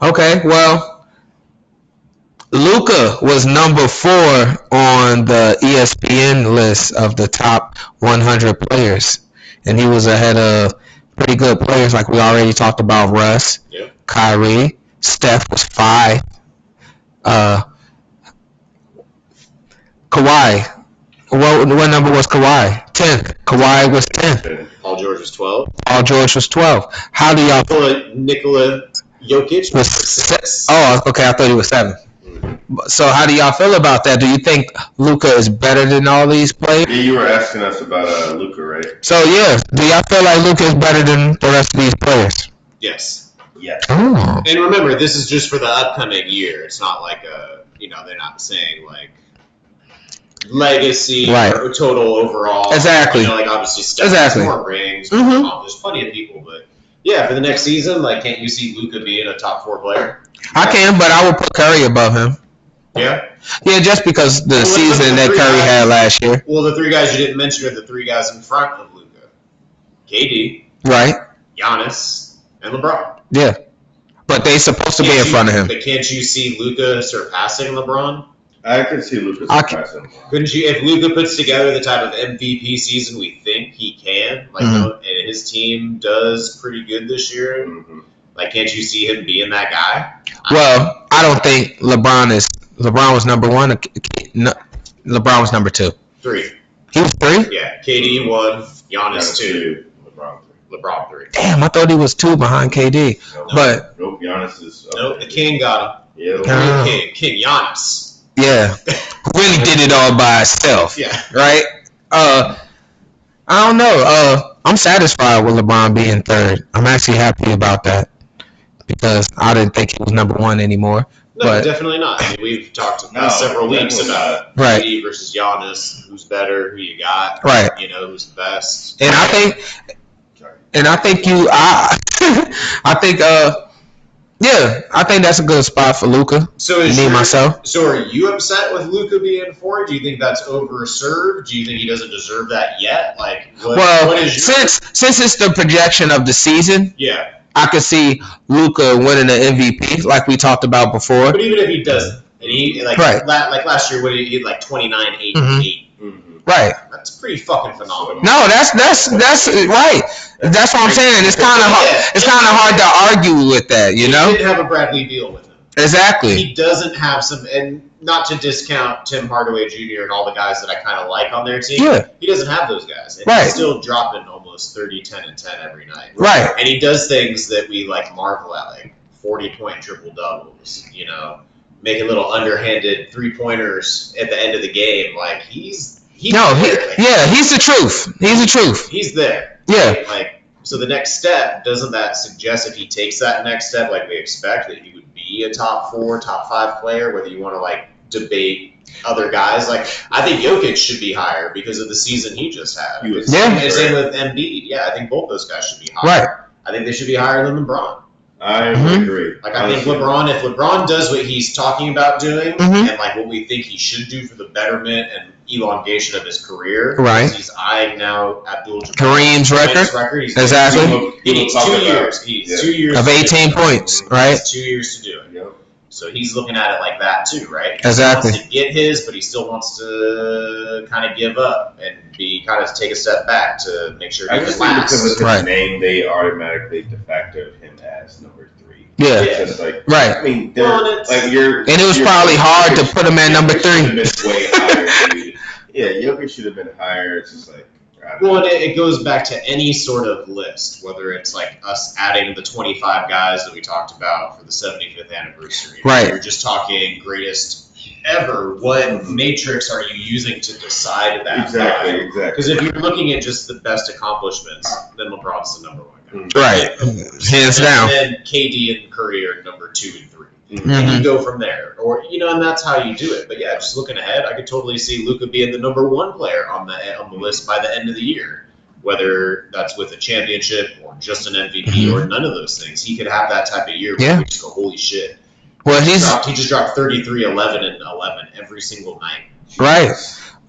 A: Okay, well, Luca was number four on the E ESPN list of the top 100 players, and he was ahead of pretty good players like we already talked about. Russ,
B: Yeah.
A: Kyrie, Steph was five. Uh, Kawhi, what, what number was Kawhi? Tenth. Kawhi was tenth.
B: Paul George was 12.
A: Paul George was twelve. How do y'all
B: Nikola, Nikola Jokic was
A: Was
B: 6.
A: Oh, okay. I thought he was seven.
B: Mm-hmm.
A: So, how do y'all feel about that? Do you think Luca is better than all these
C: Yeah,
A: players?
C: you were asking us about uh, Luca, right?
A: So, yeah, do y'all feel like Luca is better than the rest of these players?
B: Yes.
C: yet.
A: Oh.
B: And remember, this is just for the upcoming year. It's not like a you know they're not saying like legacy
A: Right.
B: or total overall.
A: Exactly.
B: You know, like obviously stuff
A: Exactly.
B: more rings.
A: Mhm.
B: oh, there's plenty of people, but yeah, for the next season, like can't you see Luca being a top four player?
A: I can, but I would put Curry above him.
B: Yeah.
A: Yeah, just because the
B: Well, let's
A: season
B: look at
A: that
B: the
A: Curry
B: three
A: had last year,
B: Well, the three guys you didn't mention are the three guys in front of Luca, KD,
A: right?
B: Giannis, and LeBron.
A: Yeah, but they supposed to be in
B: Can't you-
A: front of him.
B: But can't you see Luca surpassing LeBron?
C: I could see Lucas
A: I can-
C: surprising.
B: Couldn't you, if Luca puts together the type of MVP season we think he can, like,
A: Mhm.
B: uh, and his team does pretty good this year,
C: Mhm.
B: like, can't you see him being that guy?
A: Well, I don't think LeBron is. LeBron was number one. No, LeBron was number two.
B: Three,
A: He was three.
B: yeah, KD one, Giannis
C: Giannis
B: two,
C: LeBron three.
B: LeBron three.
A: Damn, I thought he was two behind KD.
C: Nope.
A: But
C: nope, Giannis is. up
B: Nope,
C: there.
B: the King got
C: Yeah,
B: him.
A: Uh.
B: Real King, King Giannis.
A: yeah, really did it all by himself,
B: Yeah,
A: right? Uh, I don't know. Uh, I'm satisfied with LeBron being third. I'm actually happy about that because I didn't think he was number one anymore.
B: no,
A: But-
B: definitely not. I mean, we've talked the
C: No,
B: past several weeks
C: definitely
B: about
A: Right,
B: KD versus Giannis, who's better, who you got,
A: right.
B: you know, who's the best.
A: And I think
C: Sorry.
A: and I think you, I, I think, uh, yeah, I think that's a good spot for Luca.
B: So is
A: Me
B: your-
A: myself.
B: So are you upset with Luca being four? Do you think that's overserved? Do you think he doesn't deserve that yet? Like, what, what
A: Well,
B: is your,
A: since since it's the projection of the season,
B: yeah?
A: I could see Luca winning the MVP, like we talked about before.
B: But even if he doesn't, and he like
A: Right.
B: la- like last year, what did he get? Like twenty nine, eight,
A: Mhm.
B: eight.
C: Mhm.
A: Right?
B: That's pretty fucking phenomenal.
A: No, that's that's that's right. That's what I'm saying. It's kind of hard. It's kind of hard to argue with that, you
B: He
A: know?
B: didn't have a Bradley Beal with him.
A: Exactly.
B: He doesn't have some, and not to discount Tim Hardaway Jr. and all the guys that I kind of like on their team.
A: Yeah.
B: He doesn't have those guys, and
A: Right.
B: he's still dropping almost 30, 10, and ten every night.
A: Right.
B: and he does things that we like marvel at, like forty point triple doubles, you know, making little underhanded three pointers at the end of the game. Like he's he's
A: No. He,
B: there. Like,
A: yeah. He's the truth. He's the truth.
B: he's there.
A: Yeah.
B: Right? Like so the next step, doesn't that suggest if he takes that next step like we expect that he would be a top four, top five player, whether you want to like debate other guys? Like I think Jokic should be higher because of the season he just had.
C: He was-
A: Yeah.
B: And same with Embiid. Yeah, I think both those guys should be higher.
A: Right.
B: I think they should be higher than LeBron.
C: I
A: Mhm.
C: agree.
B: Like I think
C: Honestly.
B: LeBron, if LeBron does what he's talking about doing,
A: Mhm.
B: and like what we think he should do for the betterment and elongation of his career,
A: Right.
B: He's eyeing now Abdul Jabbar.
A: Kareem's record.
B: He's
A: Exactly.
B: He needs two years. He needs
C: Yeah.
B: two years
A: of
B: to do it.
A: 18 points,
B: He
A: right?
B: needs Two years to do it.
C: Yep.
B: So he's looking at it like that too, right?
A: Exactly.
B: He wants to get his, but he still wants to kind of give up and be kind of take a step back to make sure
C: I
B: he
C: just
B: can
C: think because of his
B: last.
A: Right.
C: name, they automatically de facto him as number three.
A: Yeah.
B: Yeah.
C: Just like,
A: Right.
C: I mean, they're-
B: Well, and it's-
C: like you're,
A: And it was
C: you're-
A: probably hard to put him at
C: Jokic
A: number
C: should've
A: three.
C: been way higher, dude. yeah, Jokic should have been higher. It's just like, I don't
B: Well,
C: know.
B: and it, it goes back to any sort of list, whether it's like us adding the 25 guys that we talked about for the 75th anniversary.
A: Right.
B: You're just talking greatest ever. What matrix are you using to decide that?
C: exactly, exactly.
B: Because if you're looking at just the best accomplishments, then LeBron's the number one guy.
A: Right. Hands
B: and
A: down.
B: then KD and Curry are number two and three.
A: Mhm.
B: And you go from there, or you know, and that's how you do it. But yeah, just looking ahead, I could totally see Luca being the number one player on the on the list by the end of the year, whether that's with a championship or just an MVP or none of those things. He could have that type of year. Where
A: Mm-hmm. Yeah.
B: You just go, holy shit!
A: Well,
B: He
A: he's
B: dropped, he just dropped 33, 11, and 11 every single night.
C: Mm-hmm.
A: right,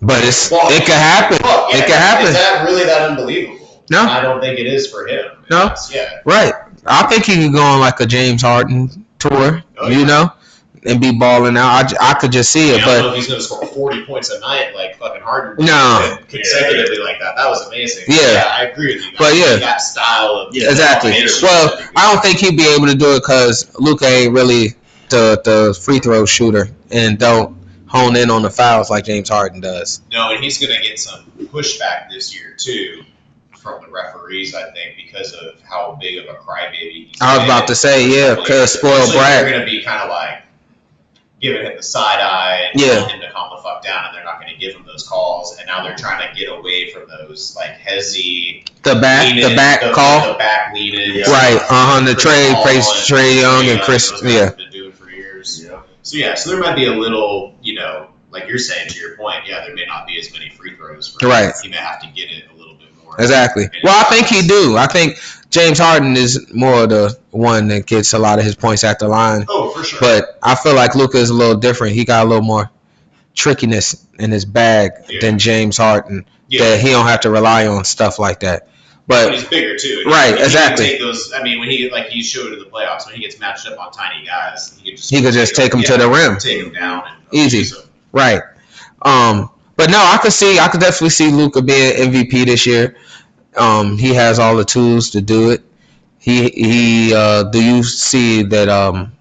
A: but it's it could happen.
B: Fuck,
A: It
B: yeah.
A: could
B: Is
A: happen.
B: that really that unbelievable?
A: No.
B: I don't think it is for him.
A: No.
B: That's- yeah.
A: Right. I think he could go on like a James Harden tour,
B: Oh, yeah.
A: you know, and be balling out. I, j- I could just see
B: I
A: it,
B: don't
A: but
B: know if he's going to score 40 points a night like fucking Harden
A: No.
B: did consecutively like that. That was amazing.
A: Yeah.
B: I agree with you.
A: But, yeah.
B: that style of
C: Yeah.
A: exactly.
B: domination.
A: Well, I don't think he'd be able to do it because Luca ain't really the the free throw shooter and don't hone in on the fouls like James Harden does.
B: no, and he's going to get some pushback this year too from the referees, I think, because of how big of a crybaby. He's
A: I was about to say, yeah,
B: been.
A: cause spoiled
B: Especially if
A: brat.
B: They're going to be kind of like. giving him the side eye and
A: Yeah.
B: telling him to calm the fuck down, and they're not going to give him those calls. And now they're trying to get away from those like hezzy
A: The back,
B: lean-in-
A: the back call.
B: the back lean in,
C: Yeah.
A: Right, uh huh. The
B: Chris
A: Trey,
B: Paul
A: Trace,
B: and
A: Trey Young and Chris.
B: those guys
A: Yeah,
B: have been doing it for years.
C: Yeah.
B: So yeah, so there might be a little, you know, like you're saying to your point, yeah, there may not be as many free throws. For him.
A: Right.
B: He may have to get it a little bit more.
A: exactly. Well, I think he do. I think James Harden is more the one that gets a lot of his points at the line.
B: Oh, for sure.
A: But I feel like Luca is a little different. He got a little more trickiness in his bag
B: Yeah.
A: than James Harden.
B: yeah,
A: That he don't have to rely on stuff like that.
B: but
A: But
B: he's bigger too. He-
A: Right,
B: he can
A: exactly.
B: Take those. I mean, when he like he showed in the playoffs when he gets matched up on tiny guys, he can just
A: He could just take 'em to
B: yeah,
A: the rim.
B: take him down, and
A: Easy.
B: So,
A: Right. Um, but no, I could see, I could definitely see Luca being MVP this year. Um, he has all the tools to do it. He he. Uh, do you see that? Um,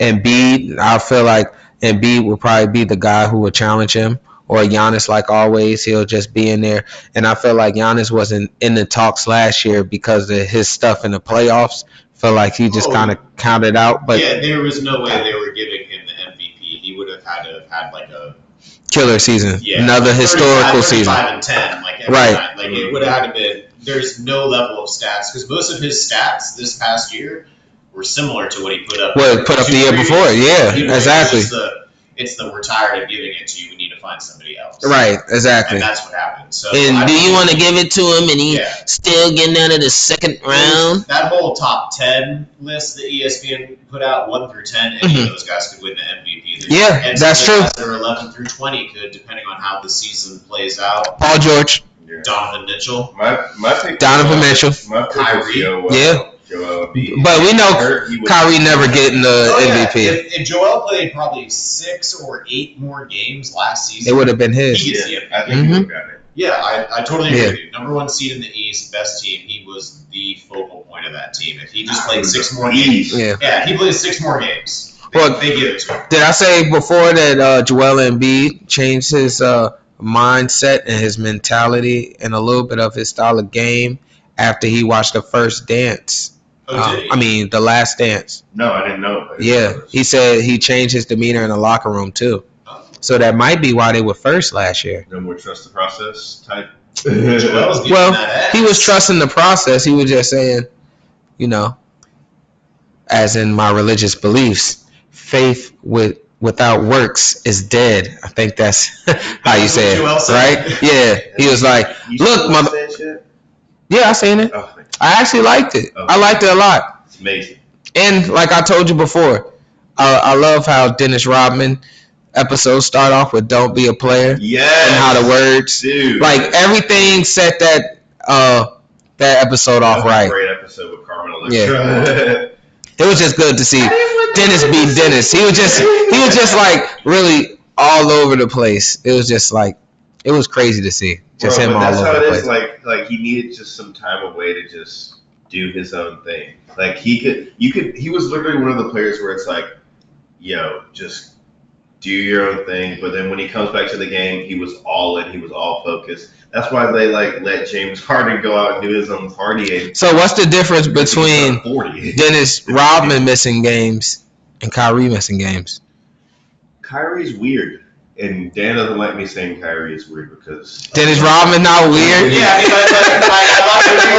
A: Embiid, I feel like Embiid will probably be the guy who will challenge him, or Giannis, like always, he'll just be in there. And I feel like Giannis wasn't in the talks last year because of his stuff in the playoffs. Feel like he just
B: Oh.
A: kind of counted out, but
B: yeah, there was no way they were giving him the MVP. He would have had to have had like a
A: killer season,
B: Yeah.
A: another
B: 35,
A: historical
B: 35
A: season.
B: and 10, like every
A: Right.
B: night. Like it would have had to been. There's no level of stats because most of his stats this past year were similar to what he put up.
A: Well, put up the
B: two,
A: year
B: three
A: before,
B: years
A: yeah,
B: ago. You know,
A: exactly.
B: It's just the, it's the we're tired of giving it to you. We need to find somebody else.
A: Right, exactly.
B: And that's what happened. So I
A: And do you
B: believe-
A: want to give it to him? And he's
B: Yeah.
A: still getting out of the second round.
B: That whole top ten list that E ESPN put out, one through ten, any
A: Mhm.
B: of those guys could win the MVP. This
A: Yeah,
B: year. and
A: that's
B: some
A: true.
B: of the guys that are eleven through twenty could, depending on how the season plays out.
A: Paul George,
C: Yeah.
B: Donovan Mitchell.
C: My my pick. uh,
A: Donovan Mitchell.
C: My pick was
B: Kyrie.
C: Joel. uh,
A: Yeah.
C: Joel Embiid.
A: But we know
C: Hurt, he was-
A: Kyrie never getting the
B: Oh, yeah.
A: MVP.
B: If, if Joel played probably six or eight more games last
A: It
B: season,
A: would have been his.
B: he is
C: Yeah,
B: the MVP.
C: I think
A: Mhm.
C: he would've got it.
B: Yeah, I, I totally agree
A: Yeah.
B: with you. Number one seed in the East, best team. He was the focal point of that team. If he just
C: He
B: played
C: was
B: six
C: the
B: more games,
C: beast.
A: Yeah.
B: yeah, if he plays six more games. They,
A: Well-
B: they give it to him.
A: Did I say before that uh, Joel Embiid changed his uh, mindset and his mentality and a little bit of his style of game after he watched the first dance?
B: Oh,
A: Uh,
B: did he?
A: I mean, the last dance.
C: No, I didn't know. but-
A: Yeah, he said he changed his demeanor in the locker room too.
B: Oh.
A: So that might be why they were first last year.
C: No more trust the process type.
B: Joel was getting
A: Well,
B: that ass.
A: he was trusting the process. He was just saying, you know, as in my religious beliefs, faith with without works is dead. I think that's how you
B: That's
A: say
B: what Joel
A: it,
B: said.
A: right? Yeah, he was like,
C: You
A: Look,
C: still
A: mother-
C: understand shit?
A: yeah, I seen it.
C: Oh,
A: I actually liked it. I liked it a lot.
C: it's amazing.
A: And like I told you before, I, I love how Dennis Rodman episodes start off with "Don't be a player"
C: Yeah.
A: and how the words,
C: Dude.
A: like everything, set that uh that episode
C: That was
A: off
C: a
A: right.
C: Great episode with Carmen Electra.
A: It was just good to see Dennis be Dennis. He was just he was just like really all over the place. It was just like it was crazy to see just
C: Bro,
A: him
C: but
A: all
C: that's how
A: over
C: it
A: the
C: is.
A: place.
C: Like, like he needed just some time away to just do his own thing. Like he could, you could. He was literally one of the players where it's like, yo, just do your own thing. But then when he comes back to the game, he was all in. He was all focused. That's why they like let James Harden go out and do his own partying
A: so what's the difference between
C: forty.
A: Dennis Rodman missing games and Kyrie missing games?
C: Kyrie's weird, and Dan doesn't like me saying Kyrie is weird because
A: Dennis Rodman not weird.
B: Yeah, I mean, like, like,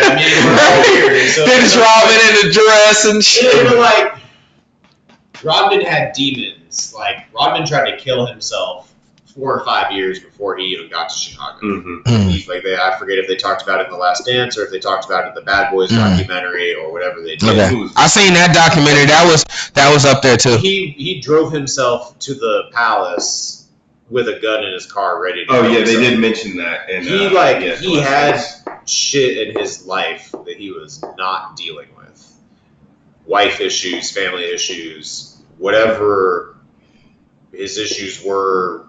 B: like, like, we're- we're all weird. I mean, we're all weird. So,
A: Dennis Rodman in a dress and
B: Yeah, but
A: shit.
B: like, Rodman had demons. Like, Rodman tried to kill himself four or five years before he even got to Chicago.
C: Mhm.
A: Mm.
B: Like, they, I forget if they talked about it in The Last Dance or if they talked about it in the Bad Boys
A: Mm.
B: documentary or whatever they did.
A: Okay.
C: He was-
A: I seen that documentary. That was that was up there too.
B: He he drove himself to the palace with a gun in his car, ready. to
C: Oh
B: kill
C: yeah, they
B: himself.
C: did mention that. And
B: He,
C: uh,
B: like,
C: yeah,
B: he
C: Celeste
B: had-
C: was-
B: shit in his life that he was not dealing with wife issues, family issues, whatever his issues were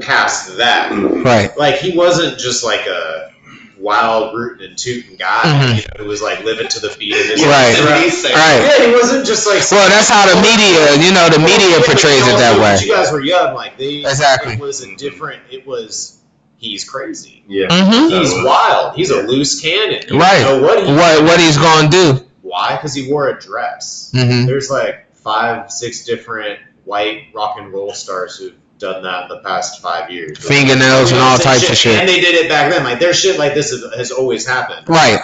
B: past that.
A: Right.
B: Like, he wasn't just like a wild, rooting and tooting guy
A: Mhm.
B: you know, who was like living to the beat of his
A: Right. Right.
B: Yeah, he wasn't just like.
A: Well, that's how the media, you know, the media portrays it that
B: When
A: way.
B: You guys were young, like they.
A: Exactly.
B: It was a different. It was. He's crazy.
C: Yeah.
A: Mm-hmm.
C: So,
B: He's
C: uh,
B: wild. He's
C: yeah.
B: a loose cannon. You
A: Right.
B: Know what he,
A: What what he's gonna do?
B: Why? Because he wore a dress.
A: Mm-hmm.
B: There's like five, six different white rock and roll stars who've done that in the past five years.
A: Fingernails and all
B: You know,
A: types of shit.
B: And they did it back then. Like their shit like this is, has always happened.
A: Right.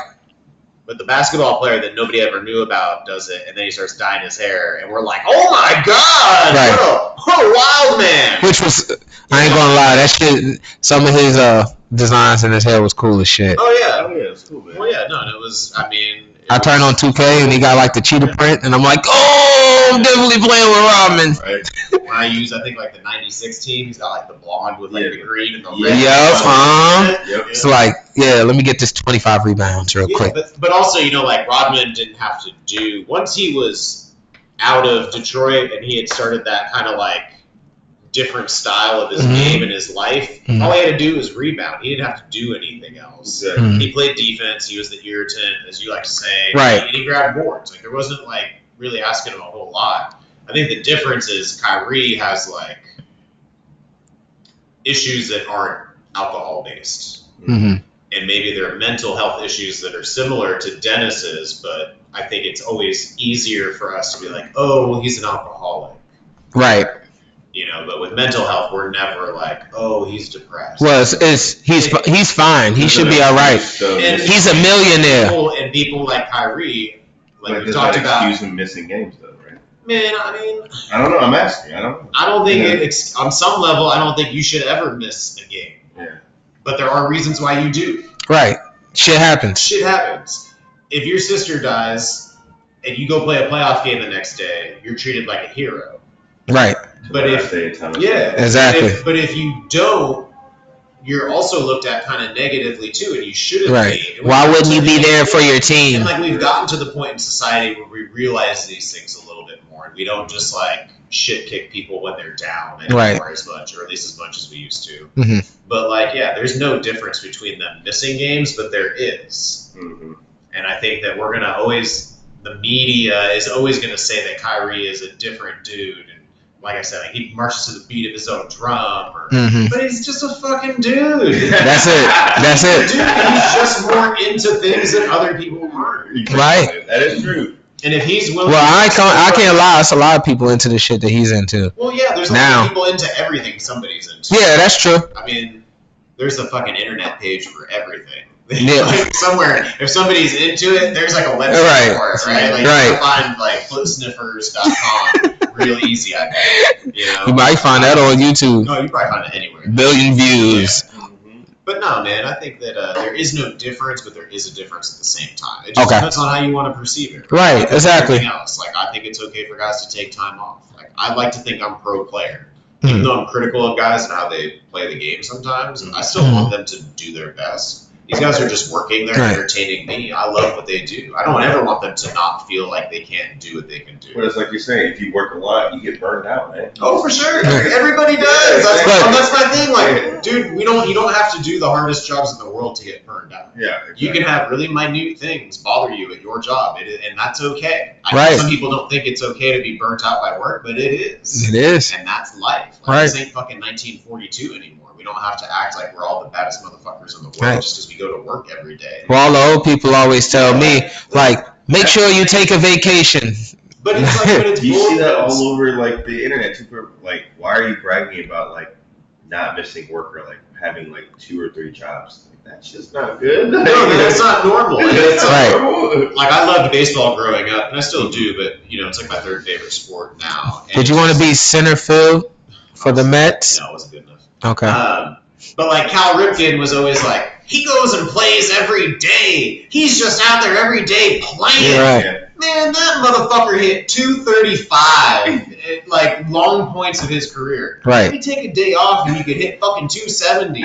B: But the basketball player that nobody ever knew about does it, and then he starts dyeing his hair, and we're like, "Oh my god,
A: Right.
B: what, a, what a wild man!"
A: Which was I ain't gonna lie, that shit some of his uh designs in his hair was cool as shit.
B: Oh yeah,
C: Oh yeah, it's cool, man.
B: Well, yeah, no, and it was. I mean, it
A: I turned on
B: was-
A: 2K and he got like the cheetah print, and I'm like, oh, I'm definitely playing with Robin.
C: Right.
B: when I used, I think like the '96 team. He's got like the blonde with like
C: Yeah.
B: the green and the
C: Yeah.
B: red.
A: Yup, uh-huh.
C: Yep.
A: It's like, yeah, let me get this 25 rebounds real
B: Yeah,
A: quick.
B: But, but also, you know, like Rodman didn't have to do once he was out of Detroit and he had started that kind of like different style of his
A: Mhm.
B: game and his life.
A: Mhm.
B: All he had to do was rebound. He didn't have to do anything else.
C: Exactly.
A: Mm.
B: He played defense. He was the irritant, as you like to say.
A: Right.
B: And he grabbed boards. Like there wasn't like really asking him a whole lot. I think the difference is Kyrie has like issues that aren't alcohol based
A: hmm
B: and maybe there are mental health issues that are similar to Dennis's, but I think it's always easier for us to be like, oh, well, he's an alcoholic,
A: Right.
B: you know. But with mental health, we're never like, oh, he's depressed.
A: Well, it's, it's he's fi- he's fine. He should be all right.
C: So,
B: And-
A: He's a millionaire.
B: People, and people like Kyrie, like
C: like,
B: we
C: does
B: talked
C: that
B: about,
C: excuse him missing games though, right?
B: man. I mean,
C: I don't know. I'm asking. I don't. know.
B: I don't think
C: Yeah.
B: it it's on some level. I don't think you should ever miss a game.
C: Yeah.
B: But there are reasons why you do.
A: Right. Shit happens.
B: shit happens. If your sister dies and you go play a playoff game the next day, you're treated like a hero.
A: Right.
B: But
C: I
B: if-
C: say a ton of
B: Yeah,
C: stuff.
A: Exactly.
B: But if, but if you don't, you're also looked at kind of negatively too, and you shouldn't
A: Right.
B: be. And we-
A: Why wouldn't you be there for your
B: And
A: team?
B: like we've gotten to the point in society where we realize these things a little bit more, and we don't just like shit kick people when they're down anymore
A: Right.
B: as much, or at least as much as we used to.
A: Mhm.
B: But like, yeah, there's no difference between them missing games, but there is.
C: Mhm.
B: And I think that we're gonna always the media is always gonna say that Kyrie is a different dude and like I said, like he marches to the beat of his own drum or
A: hmm
B: but he's just a fucking dude.
A: That's it. That's
B: Dude,
A: it.
B: he's just more into things that other people aren't.
A: Right.
C: That is true.
B: And if he's willing
A: Well, I
B: to-
A: can't. I can't lie. It's a lot of people into the shit that he's into.
B: Well yeah, there's a lot
A: Now.
B: of people into everything somebody's into.
A: Yeah, that's true.
B: I mean, there's a fucking internet page for everything.
A: Yeah.
B: like somewhere, if somebody's into it, there's like a website
A: Right.
B: for it, right? Like you
A: Right.
B: can find like footsniffers.com real easy, I think. You know,
A: You might find that on YouTube.
B: No, you probably find it anywhere. Mm-hmm.
A: Billion views.
B: But no, man, I think that uh, there is no difference, but there is a difference at the same time. It just
A: Okay.
B: depends on how you want to perceive it.
A: Right,
B: Like with
A: exactly.
B: everything Else. Like I think it's okay for guys to take time off. Like I like to think I'm pro player,
A: Mhm.
B: even though I'm critical of guys and how they play the game sometimes. I still
A: Mhm.
B: want them to do their best. These guys are just working. They're
A: Right.
B: entertaining me. I love what they do. I don't ever want them to not feel like they can't do what they can do.
C: But it's like you're saying, if you work a lot, you get burned out, man.
B: Oh, for sure.
A: Yeah.
B: Everybody does. That's,
A: Look.
B: that's my thing.
C: Yeah.
B: Like, dude, we don't. You don't have to do the hardest jobs in the world to get burned out.
C: Yeah.
B: You can have really minute things bother you at your job, it, and that's okay. I know
A: Right.
B: some people don't think it's okay to be burnt out by work, but it is,
A: It is.
B: and that's life. Like,
A: Right.
B: This ain't fucking 1942 anymore. We don't have to act like we're all the baddest motherfuckers in the world
A: Right.
B: just because we go to work every day.
A: Well, all the old people always tell me, like, make sure you take a vacation.
B: But it's like, but it's
C: Do you see that
B: bullshit.
C: all over like the internet? too, where, Like, why are you bragging about like not missing work or like having like two or three jobs? Like, that's just not good.
B: No, that's not normal. It's like-
A: Right.
B: like I loved baseball growing up, and I still do, but you know, it's like my third favorite sport now. And
A: Did you
B: it's
A: want to
B: just-
A: be center field for the Mets?
B: No, it wasn't good enough.
A: Okay.
B: Um, but like Cal Ripken was always like, he goes and plays every day. He's just out there every day playing.
A: You're right.
C: Yeah.
B: Man, that motherfucker hit 235, at, like long points of his career.
A: Right.
B: You take a day off and you could hit fucking 270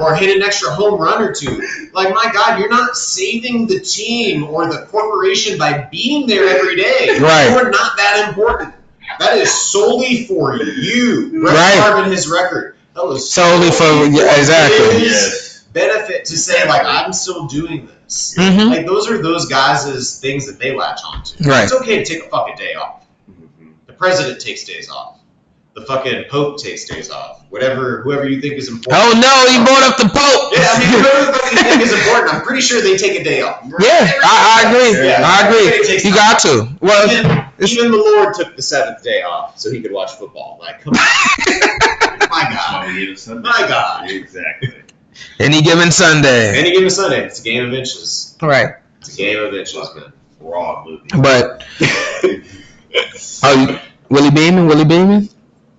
B: or hit an extra home run or two. Like, my God, you're not saving the team or the corporation by being there every day.
A: Right.
B: You're not that important. That is solely for you. Brett
A: Right.
B: Favre and his record. That was
A: Solely for- yeah, exactly.
B: his
C: Yes.
B: benefit to say, like, I'm still doing this.
A: hmm
B: Like those are those guys' things that they latch onto.
A: Right.
B: It's okay to take a fucking day off.
C: Mhm.
B: The president takes days off. The fucking pope takes days off. Whatever, whoever you think is important.
A: Oh no, you brought up the
B: Yeah, I mean,
A: Pope.
B: whoever the fuck you think is important, I'm pretty sure they take a day off.
A: Yeah, I, I agree.
C: Yeah.
A: I
B: Everybody takes
A: agree. You
B: time
A: got to. Well,
B: off. And
A: It's-
B: Even Malord took the seventh day off so he could watch football. Like, come on. My God. My God.
C: Exactly.
A: Any given Sunday.
B: Any given Sunday, it's a game of inches.
A: Right.
B: It's a game of inches, man.
C: Raw movie.
A: But oh, you- Willie Beeman, Willie Beeman.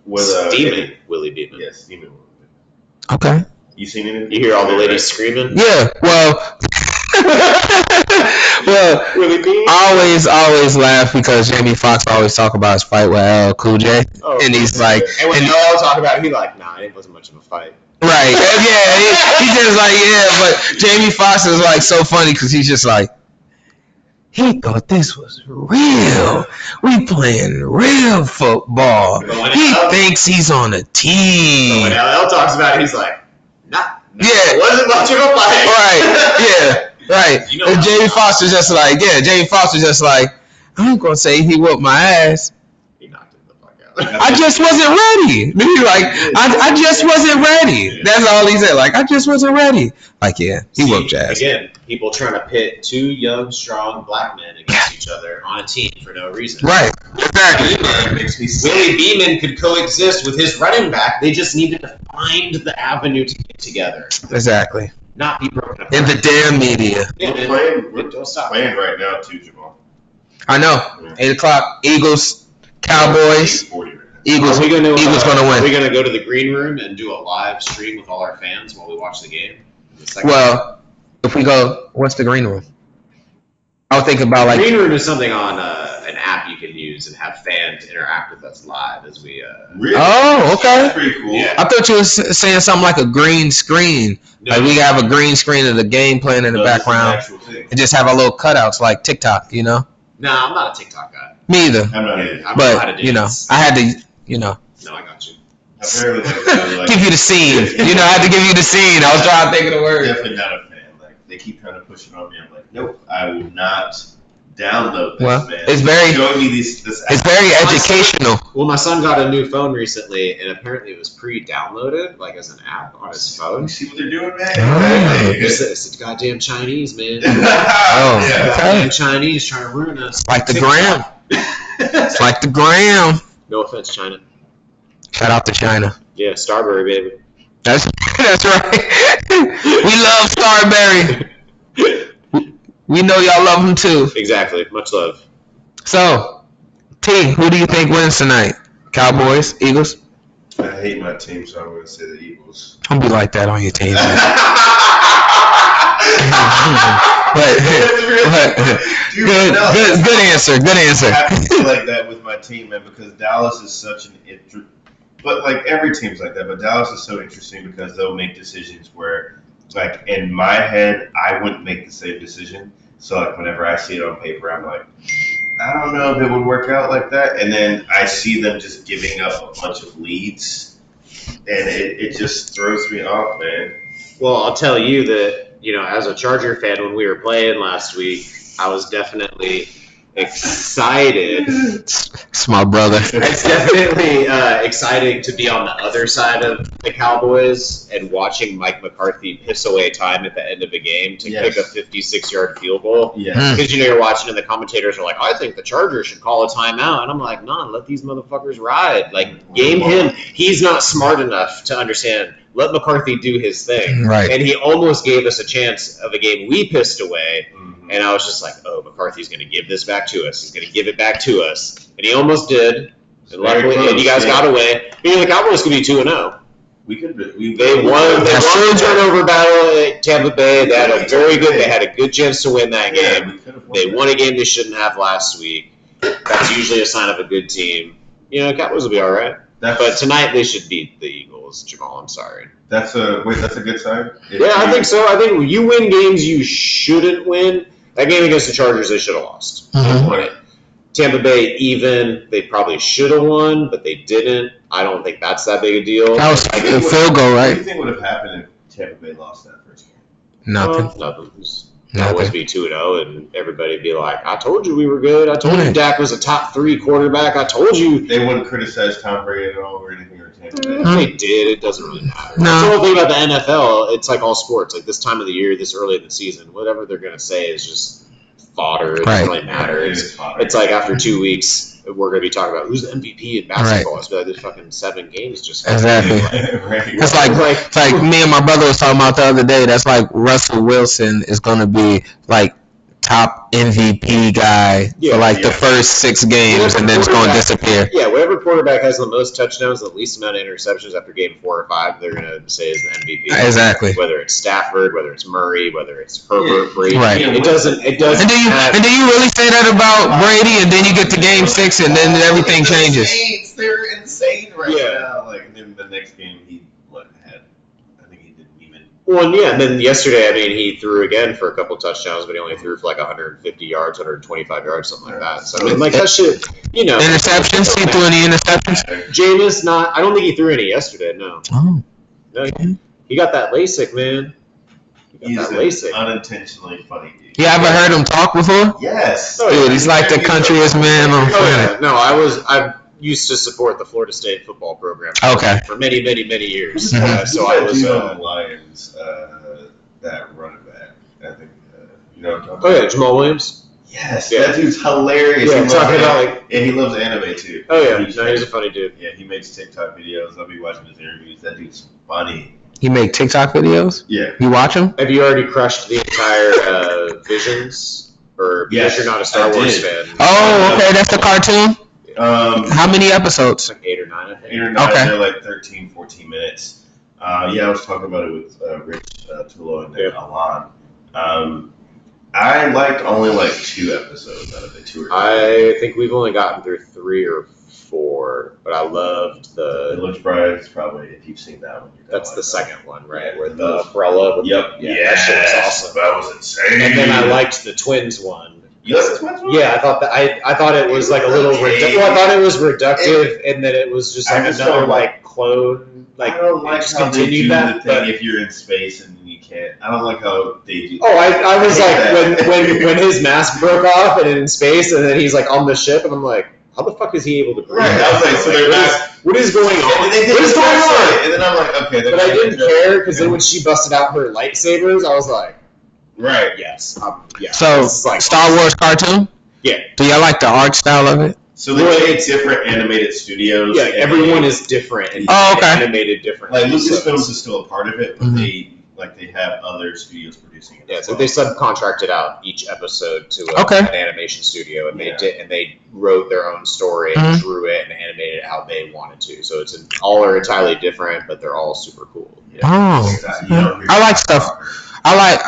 C: With uh,
B: Steaming, Willie Beeman.
C: Yeah, steaming. movie.
A: Okay.
C: You seen it?
B: You hear all the ladies screaming.
A: Yeah. Well. well,
B: Willie Beeman.
A: I always, always laugh because Jamie Foxx always talk about his fight with L Cool J,
B: Oh,
A: and he's like,
B: and when
A: and-
B: Noel talk about it, he like, nah, it wasn't much of a fight.
A: right, yeah, he, he just like, yeah, but Jamie Foxx is like so funny because he's just like, he thought this was real. We playing real football.
B: But when
A: He
B: LL
A: thinks he's on a
B: but
A: team.
B: when LL talks about it, he's like, nah, nah,
A: Hmm. Yeah.
B: it wasn't much of a fight.
A: Right, yeah, right.
B: You know
A: and
B: how-
A: Jamie Foxx was just like, yeah, Jamie Foxx was just like, I ain't gonna say he whooped my ass.
B: He knocked him the fuck out.
A: I just wasn't ready. He like, I, I just wasn't ready. That's all he said. Like, I just wasn't ready. Like, yeah, he
B: See,
A: whooped your ass.
B: Again, people trying to pit two young, strong black men against each other on a team for no reason.
A: Right. Exactly.
C: It makes me sick.
B: Willie Beeman could coexist with his running back. They just needed to find the avenue to get together,
A: Exactly.
B: not be broken apart.
A: In the damn media.
B: Yeah,
C: We're
B: man.
C: playing. We're
B: Don't stop.
C: playing right now too, Jamal.
A: I know. Eight o'clock. Eagles. Cowboys.
C: 40 right now.
A: Eagles.
B: Are we gonna,
A: Eagles gonna win.
B: Are we going to go to the green room and do a live stream with all our fans while we watch the game? The second-
A: Well, if we go, what's the green room? I was thinking about Oh, like
B: green room is something on uh, an app you can use and have fans interact with us live as we. Uh,
C: Really?
A: Oh, okay.
C: That's pretty cool.
B: Yeah.
A: I thought you were s- saying something like a green screen.
B: no,
A: Like we have a green screen of the game playing in the
C: No, this is an
A: background,
C: actual thing.
A: and just have our little cutouts like TikTok. You know,
B: Nah, I'm not a TikTok guy.
A: me either.
C: I'm not
B: I
C: in.
B: don't know how to
A: but
B: do
A: you know,
B: this.
A: I had to, you know,
B: no, I got you.
C: Apparently, like, I was like,
A: give you the scene. You know, I had to give you the scene. I was trying to think of the word.
C: definitely not a fan. Like they keep trying to push it on me. I'm like, nope, I will not download this.
A: Well,
C: man.
A: it's very-
C: showing me this. this
A: It's very educational.
B: Well, my son got a new phone recently, and apparently it was pre-downloaded, like as an app on his
C: You
B: phone.
C: see what they're doing, man?
A: Oh.
B: It's, it's the goddamn Chinese man.
A: Oh,
C: yeah.
A: okay.
B: Goddamn Chinese trying to ruin us.
A: Like the gram. It's like the gram.
B: No offense, China.
A: Shout out to China.
B: Yeah, Starberry baby.
A: That's that's right. we love Starberry. We know y'all love him too.
B: Exactly. Much love.
A: So, T, who do you think wins tonight? Cowboys, Eagles.
C: I hate my team, so I'm going to say the Eagles.
A: Don't be like that on your team. man. But, but
C: Dude,
A: good,
C: no.
A: good, good answer. Good
C: I have to
A: answer.
C: feel like that with my team, man, because Dallas is such an inter- but like every team's like that, but Dallas is so interesting because they'll make decisions where like in my head I wouldn't make the same decision. So like whenever I see it on paper, I'm like, I don't know if it would work out like that. And then I see them just giving up a bunch of leads and it, it just throws me off, man.
B: Well, I'll tell you that you know, as a Charger fan, when we were playing last week, I was definitely excited.
A: It's my brother.
B: It's definitely uh, exciting to be on the other side of the Cowboys and watching Mike McCarthy piss away time at the end of a game to
C: Yes.
B: kick a 56 yard field goal.
C: Yeah.
B: Because you know you're watching, and the commentators are like, "I think the Chargers should call a timeout," and I'm like, "Nah, let these motherfuckers ride. Like, game him. He's not smart enough to understand. Let McCarthy do his thing."
A: Right.
B: And he almost gave us a chance of a game we pissed away. And I was just like, oh, McCarthy's going to give this back to us. He's going to give it back to us. And he almost did. And
C: Very
B: luckily, and you
C: close,
B: guys
C: yeah.
B: got away. I mean, the Cowboys could be 2 and 0.
C: We could we
B: They won, they
A: That's
B: won the
A: true.
B: turnover battle at Tampa Bay. They had a very good, they had a good chance to win that game.
C: Yeah, we could have won
B: They
C: that.
B: won a game they shouldn't have last week. That's usually a sign of a good team. You know, Cowboys will be all right.
C: That's-
B: But tonight they should beat the Eagles, Jamal. I'm sorry.
C: That's a wait. That's a good sign. If
B: Yeah, I
C: you-
B: think so. I think you win games you shouldn't win. That game against the Chargers, they should have lost.
C: Mm-hmm.
A: Mhm.
B: won it. Tampa Bay even. They probably should have won, but they didn't. I don't think that's that big a deal.
A: That was a field goal,
C: What do
A: right?
C: you think would have happened if Tampa Bay lost that first game?
A: Nothing.
B: Well, nothing. Just Always
A: Nothing.
B: be two and zero, and everybody be like, "I told you we were good. I told you
A: Right.
B: Dak was a top three quarterback. I told you."
C: They wouldn't criticize Tom Brady at all or anything or Tampa Bay.
B: They did. It doesn't really matter.
A: No.
B: That's the whole thing about the NFL. It's like all sports. Like this time of the year, this early in the season, whatever they're gonna say is just fodder. It doesn't
A: Right.
B: really matter. It's,
C: It's fine.
B: it's like after two weeks, we're going to be talking about who's the MVP in basketball. It's been like there's fucking seven games just.
A: Exactly.
C: right.
A: It's like, it's like me and my brother was talking about the other day. That's like Russell Wilson is going to be like top MVP guy
B: Yeah,
A: for like the
C: yeah.
A: first six games, and then it's going to disappear.
B: Yeah, whatever quarterback has the most touchdowns, the least amount of interceptions after game four or five, they're going to say is the MVP.
A: Exactly.
B: Whether it's Stafford, whether it's Murray, whether it's Herbert, Brady,
A: Right.
B: it doesn't. It doesn't.
A: And then you
B: matter.
A: and then you really say that about Brady, and then you
C: Hmm.
A: get to Game Six, and then everything
D: They're
A: changes.
D: insane. They're insane right
B: Yeah.
D: now. Like,
C: Like then the next game he what had I think he didn't even
B: Well, and yeah, and then yesterday, I mean, he threw again for a couple touchdowns, but he only threw for like 150 yards, 125 yards, something like that. So, I mean, like, that shit, you know.
A: Interceptions. He threw any interceptions.
C: matter.
B: Jameis, not, I don't think he threw any yesterday, no.
A: Oh,
B: No, he, he got that LASIK, man. He
C: He's
B: got that
C: an
B: LASIK.
C: unintentionally funny dude.
A: you ever heard him talk before?
C: Yes.
B: Oh,
A: Dude, he's like the countryest man on the
B: Oh,
A: planet.
B: yeah. No, I was, I used to support the Florida State football program
A: Okay.
B: for many, many, many years.
A: Mhm.
B: Uh, so I was,
C: dude
B: uh,
C: on the Lions, uh, that running back. I think uh, you know what I'm talking
B: oh, yeah,
C: about.
B: Jamal Williams.
C: Yes,
B: Yeah.
C: that dude's hilarious.
B: Yeah,
C: he
B: talking
C: loves
B: about,
C: anime. and he loves anime too.
B: Oh, yeah.
C: He's-
B: No, he's a funny dude.
C: yeah, he makes TikTok videos. I'll be watching his interviews. That dude's funny.
A: He make TikTok videos.
C: Yeah.
A: You watch him?
B: Have you already crushed the entire uh, Visions? Or
C: Yes,
B: because you're not a Star
C: I
B: Wars
C: did.
B: fan.
A: Oh, okay. That's the cartoon.
C: Um,
A: How many
B: It's
A: episodes?
B: like eight or nine, I
C: eight
B: think.
C: or nine,
A: Okay.
C: they're like 13, 14 minutes. Uh, yeah, I was talking about it with uh, Rich uh, Tulo and
B: Yep.
C: Alon. Um, I liked only like two episodes out of the two or three.
B: I think we've only gotten through three or four, but I loved
C: it
B: the.
C: looks bright. It's probably if you've seen that one. you
B: That's
C: know,
B: the
C: like,
B: second one, right?
C: Yeah,
B: Where the
C: the-
B: umbrella. With
C: Yep.
B: Yeah, that shit was
C: Yes,
B: awesome.
C: That was insane.
B: And then I liked the twins one.
C: You like the twins one?
B: Yeah, I thought that I, I thought it was like a little redu- well, I thought it was reductive, and that it was just
C: I
B: like
C: just
B: another
C: don't like-
B: like clone. Like
C: I don't
B: they
C: like
B: just
C: how they
B: continue
C: do
B: that,
C: the thing
B: but-
C: if you're in space and you can't. I don't like how they do.
B: Oh, I, I was
C: Yeah.
B: like when, when when his mask broke off and in space, and then he's like on the ship, and I'm like, how the fuck is he able to breathe?
C: Right, I was like, so they're
B: what is-
C: not-
B: what is going on?
C: And they did
B: What is
C: the
B: going
C: first
B: on?
C: one, And then I'm like, okay. they're
B: But I
C: not
B: didn't
C: gonna-
B: care because then when she busted out her lightsabers, I was like,
C: Right.
B: yes, um, yeah.
A: So
B: It's like-
A: Star Wars cartoon.
B: Yeah.
A: Do y'all like the art style of it?
C: So they
B: Well,
C: take different animated studios.
B: Yeah,
C: and
B: everyone is different and
A: Oh, okay.
B: animated
C: they-
B: differently.
C: like
B: so,
C: Lucasfilms is still a part of it, but
A: Mhm.
C: they like they have other studios producing it.
B: Mm-hmm. yeah,
C: as
B: so
C: well.
B: they subcontracted out each episode to a,
A: Okay.
B: an animation studio, and they
C: Yeah.
B: did, and they wrote their own story and
A: Mhm.
B: drew it and animated it how they wanted to. So it's an, all are entirely different, but they're all super cool.
A: Oh,
C: Exactly. You don't hear
A: I like
C: that
A: stuff-
C: proper.
A: I like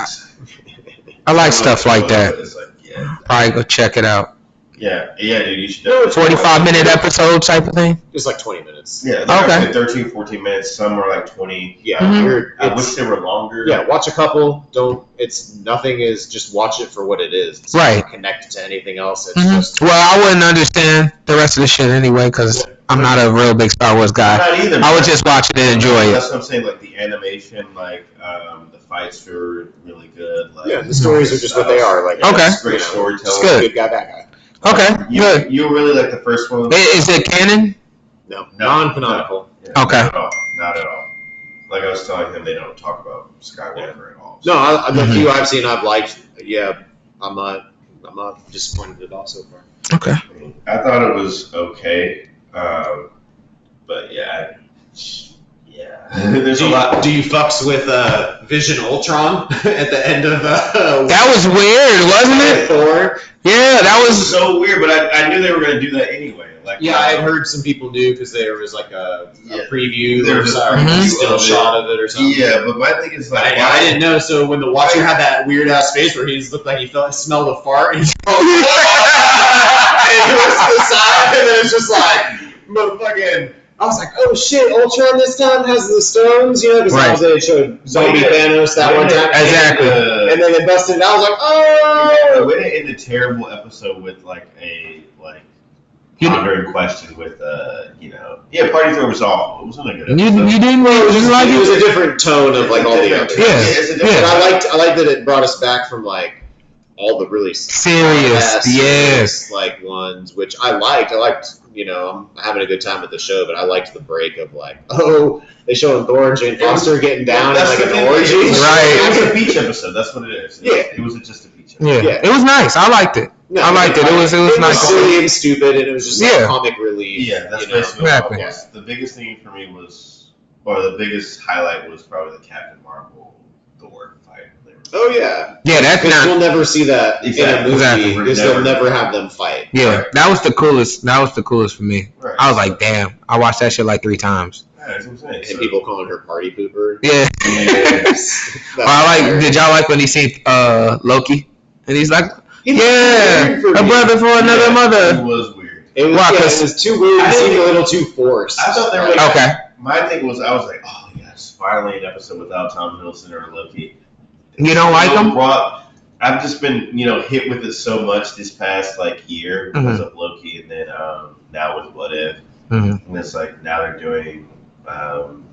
A: I like stuff like that.
C: It's like, yeah,
A: Probably go check it out.
C: yeah, yeah, dude. You should.
B: No, it's
C: definitely-
A: Forty-five minute episode type of thing.
B: It's like twenty minutes.
C: Yeah,
A: Okay.
C: okay. 13, 14 minutes. Some are like twenty.
B: Yeah,
A: Mhm.
B: you're,
C: I
B: it's-
C: wish they were longer.
B: Yeah, watch a couple. Don't. It's nothing. Is just watch it for what it is. It's
A: Right.
B: Not connected to anything else. It's
A: Mhm.
B: just.
A: Well, I wouldn't understand the rest of the shit anyway because I'm not a real big Star Wars
C: I'm
A: guy.
C: not either.
A: I
C: but-
A: would just watch it and enjoy it.
C: That's what I'm saying. Like the animation, like um, the fights were really good. Like,
B: Yeah, the stories are just what they are. Like.
A: Okay.
B: it's, you
C: Great
B: know,
C: storytelling.
A: It's
B: Good guy, bad guy.
A: Okay,
C: You,
A: good.
C: you really like the first one?
A: I- Is it canon?
B: No.
C: No.
B: Non-canonical.
C: Yeah,
A: Okay.
C: Not at all. Not at all. Like I was telling him, they don't talk about Skywalker at all.
B: No, I, I- the
A: Mhm.
B: few I've seen, I've liked. Yeah, I'm not. I'm not disappointed at all so far.
A: Okay.
C: I, mean, I thought it was okay, um, but yeah, I- yeah. There's
B: do
C: a
B: you,
C: lot.
B: Do you fucks with uh, Vision Ultron at the end of uh,
A: That was weird, wasn't it?
B: Thor?
A: Yeah, that
C: It
A: was
C: was so weird, but I, I knew they were gonna do that anyway. Like
B: Yeah, I had heard some people knew because there was like a,
C: Yeah.
B: a preview
C: There
B: or
C: was a
B: sorry,
A: preview
B: still
C: of it.
B: shot of it or something.
C: Yeah, but my thing is like,
B: I, I didn't know. So when the watcher had that weird ass face where he just looked like he felt smelled a fart and he and he looks to the side and then it's just like motherfucking. I was like, oh shit, Ultron this time has the stones, you know, because
A: Right.
B: that was they showed zombie
C: Wait,
B: Thanos that
C: wait,
B: one time. and-
A: Exactly.
C: Uh,
B: And then they busted it. out. I was like, oh.
C: Way to end a terrible episode with like a like
A: You-
C: pondering question with uh you know yeah party throw was awful it wasn't a good
A: you.
C: episode.
A: You didn't
B: It was,
A: really like
B: it was
A: it.
B: a different tone of like all the
C: Different-
B: others.
A: Yeah.
C: it's a different-
B: And I liked I liked that it brought us back from like all the really
A: Serious,
B: serious,
A: yes.
B: like ones, which I liked. I liked, you know, I'm having a good time with the show, but I liked the break of like, oh, they showing Thor and Jane
C: It was-
B: Foster getting down in
C: That's
B: like
C: the
B: an
C: thing.
B: orgy.
C: It was-
A: Right.
C: It was a beach episode. That's what it is. It
B: Yeah.
C: was, it was just a beach. Episode.
A: Yeah, it was nice. I liked it.
B: No,
A: I liked it. It was- it was nice.
B: was silly and stupid, and it was just like
A: Yeah.
B: comic relief.
C: Yeah, that's
B: you know?
C: basically what
A: Exactly.
C: it was. The biggest thing for me was, or the biggest highlight was probably the Captain Marvel Thor fight.
B: Oh yeah,
A: Yeah, that's
B: because
A: not.
B: we'll never see that in a
C: Exactly.
B: movie
A: Exactly.
B: because they'll never have them fight.
A: Yeah, that was the coolest. That was the coolest for me.
C: Right.
A: I was like, damn. I watched that shit like three times.
C: Yeah, that's what I'm saying.
B: And
C: So-
B: people calling her party pooper.
A: Yeah.
B: Yes.
A: Or I like. Did y'all like when he seen uh Loki? And he's like,
B: It was
A: yeah,
B: weird for
A: a
B: me.
A: brother for another
C: Yeah,
A: mother.
C: It was weird.
B: It was,
A: Why,
B: yeah,
A: 'cause-
B: it was too weird.
C: I
B: It seemed a
C: didn't-
B: little too forced.
C: I thought they were like-
A: Okay.
C: My thing was, I was like, oh yes, finally an episode without Tom Hiddleston or Loki.
A: You don't like
C: So
A: him?
C: raw- I've just been, you know, hit with it so much this past like year
A: Mm-hmm.
C: because of Loki, and then um, now with What If,
A: Mhm.
C: and it's like now they're doing, um,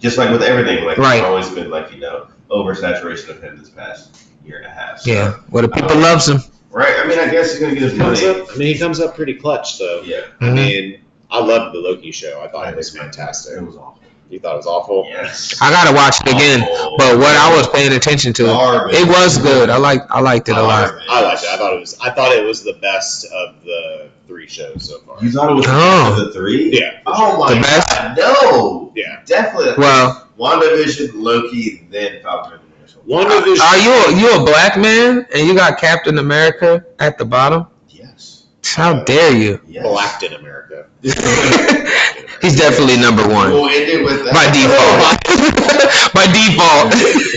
C: just like with everything, like
A: Right.
C: it's always been like you know oversaturation of him this past year and a half. So,
A: Yeah. Well, the people loves him.
C: right. I mean, I guess he's gonna get
B: He
C: his
B: comes
C: money.
B: up, I mean, he comes up pretty clutch, though.
C: Yeah,
B: I
A: Mhm.
B: mean, I loved the Loki show. I thought it was
C: it
B: fantastic.
C: was awful.
B: You thought it was awful?
C: Yes,
A: I gotta watch it again.
C: Awful.
A: But what I was paying attention to,
C: Garbage.
A: it was good. I like. I liked it a lot.
C: Garbage.
B: I liked it. I thought it was. I thought it was the best of the three shows so far.
C: You thought it was
A: Oh.
C: the three?
B: Yeah.
C: Oh my
A: The best?
C: god, no!
B: Yeah.
C: Definitely.
A: Well,
C: WandaVision, Loki, then Falcon and the Winter Soldier.
A: are
B: WandaVision.
A: Ah, you a, you a black man and you got Captain America at the bottom?
C: Yes.
A: How dare you?
C: Yes.
B: blacked in America?
A: He's definitely number one
C: We'll end it with that. Oh
A: by default. by default.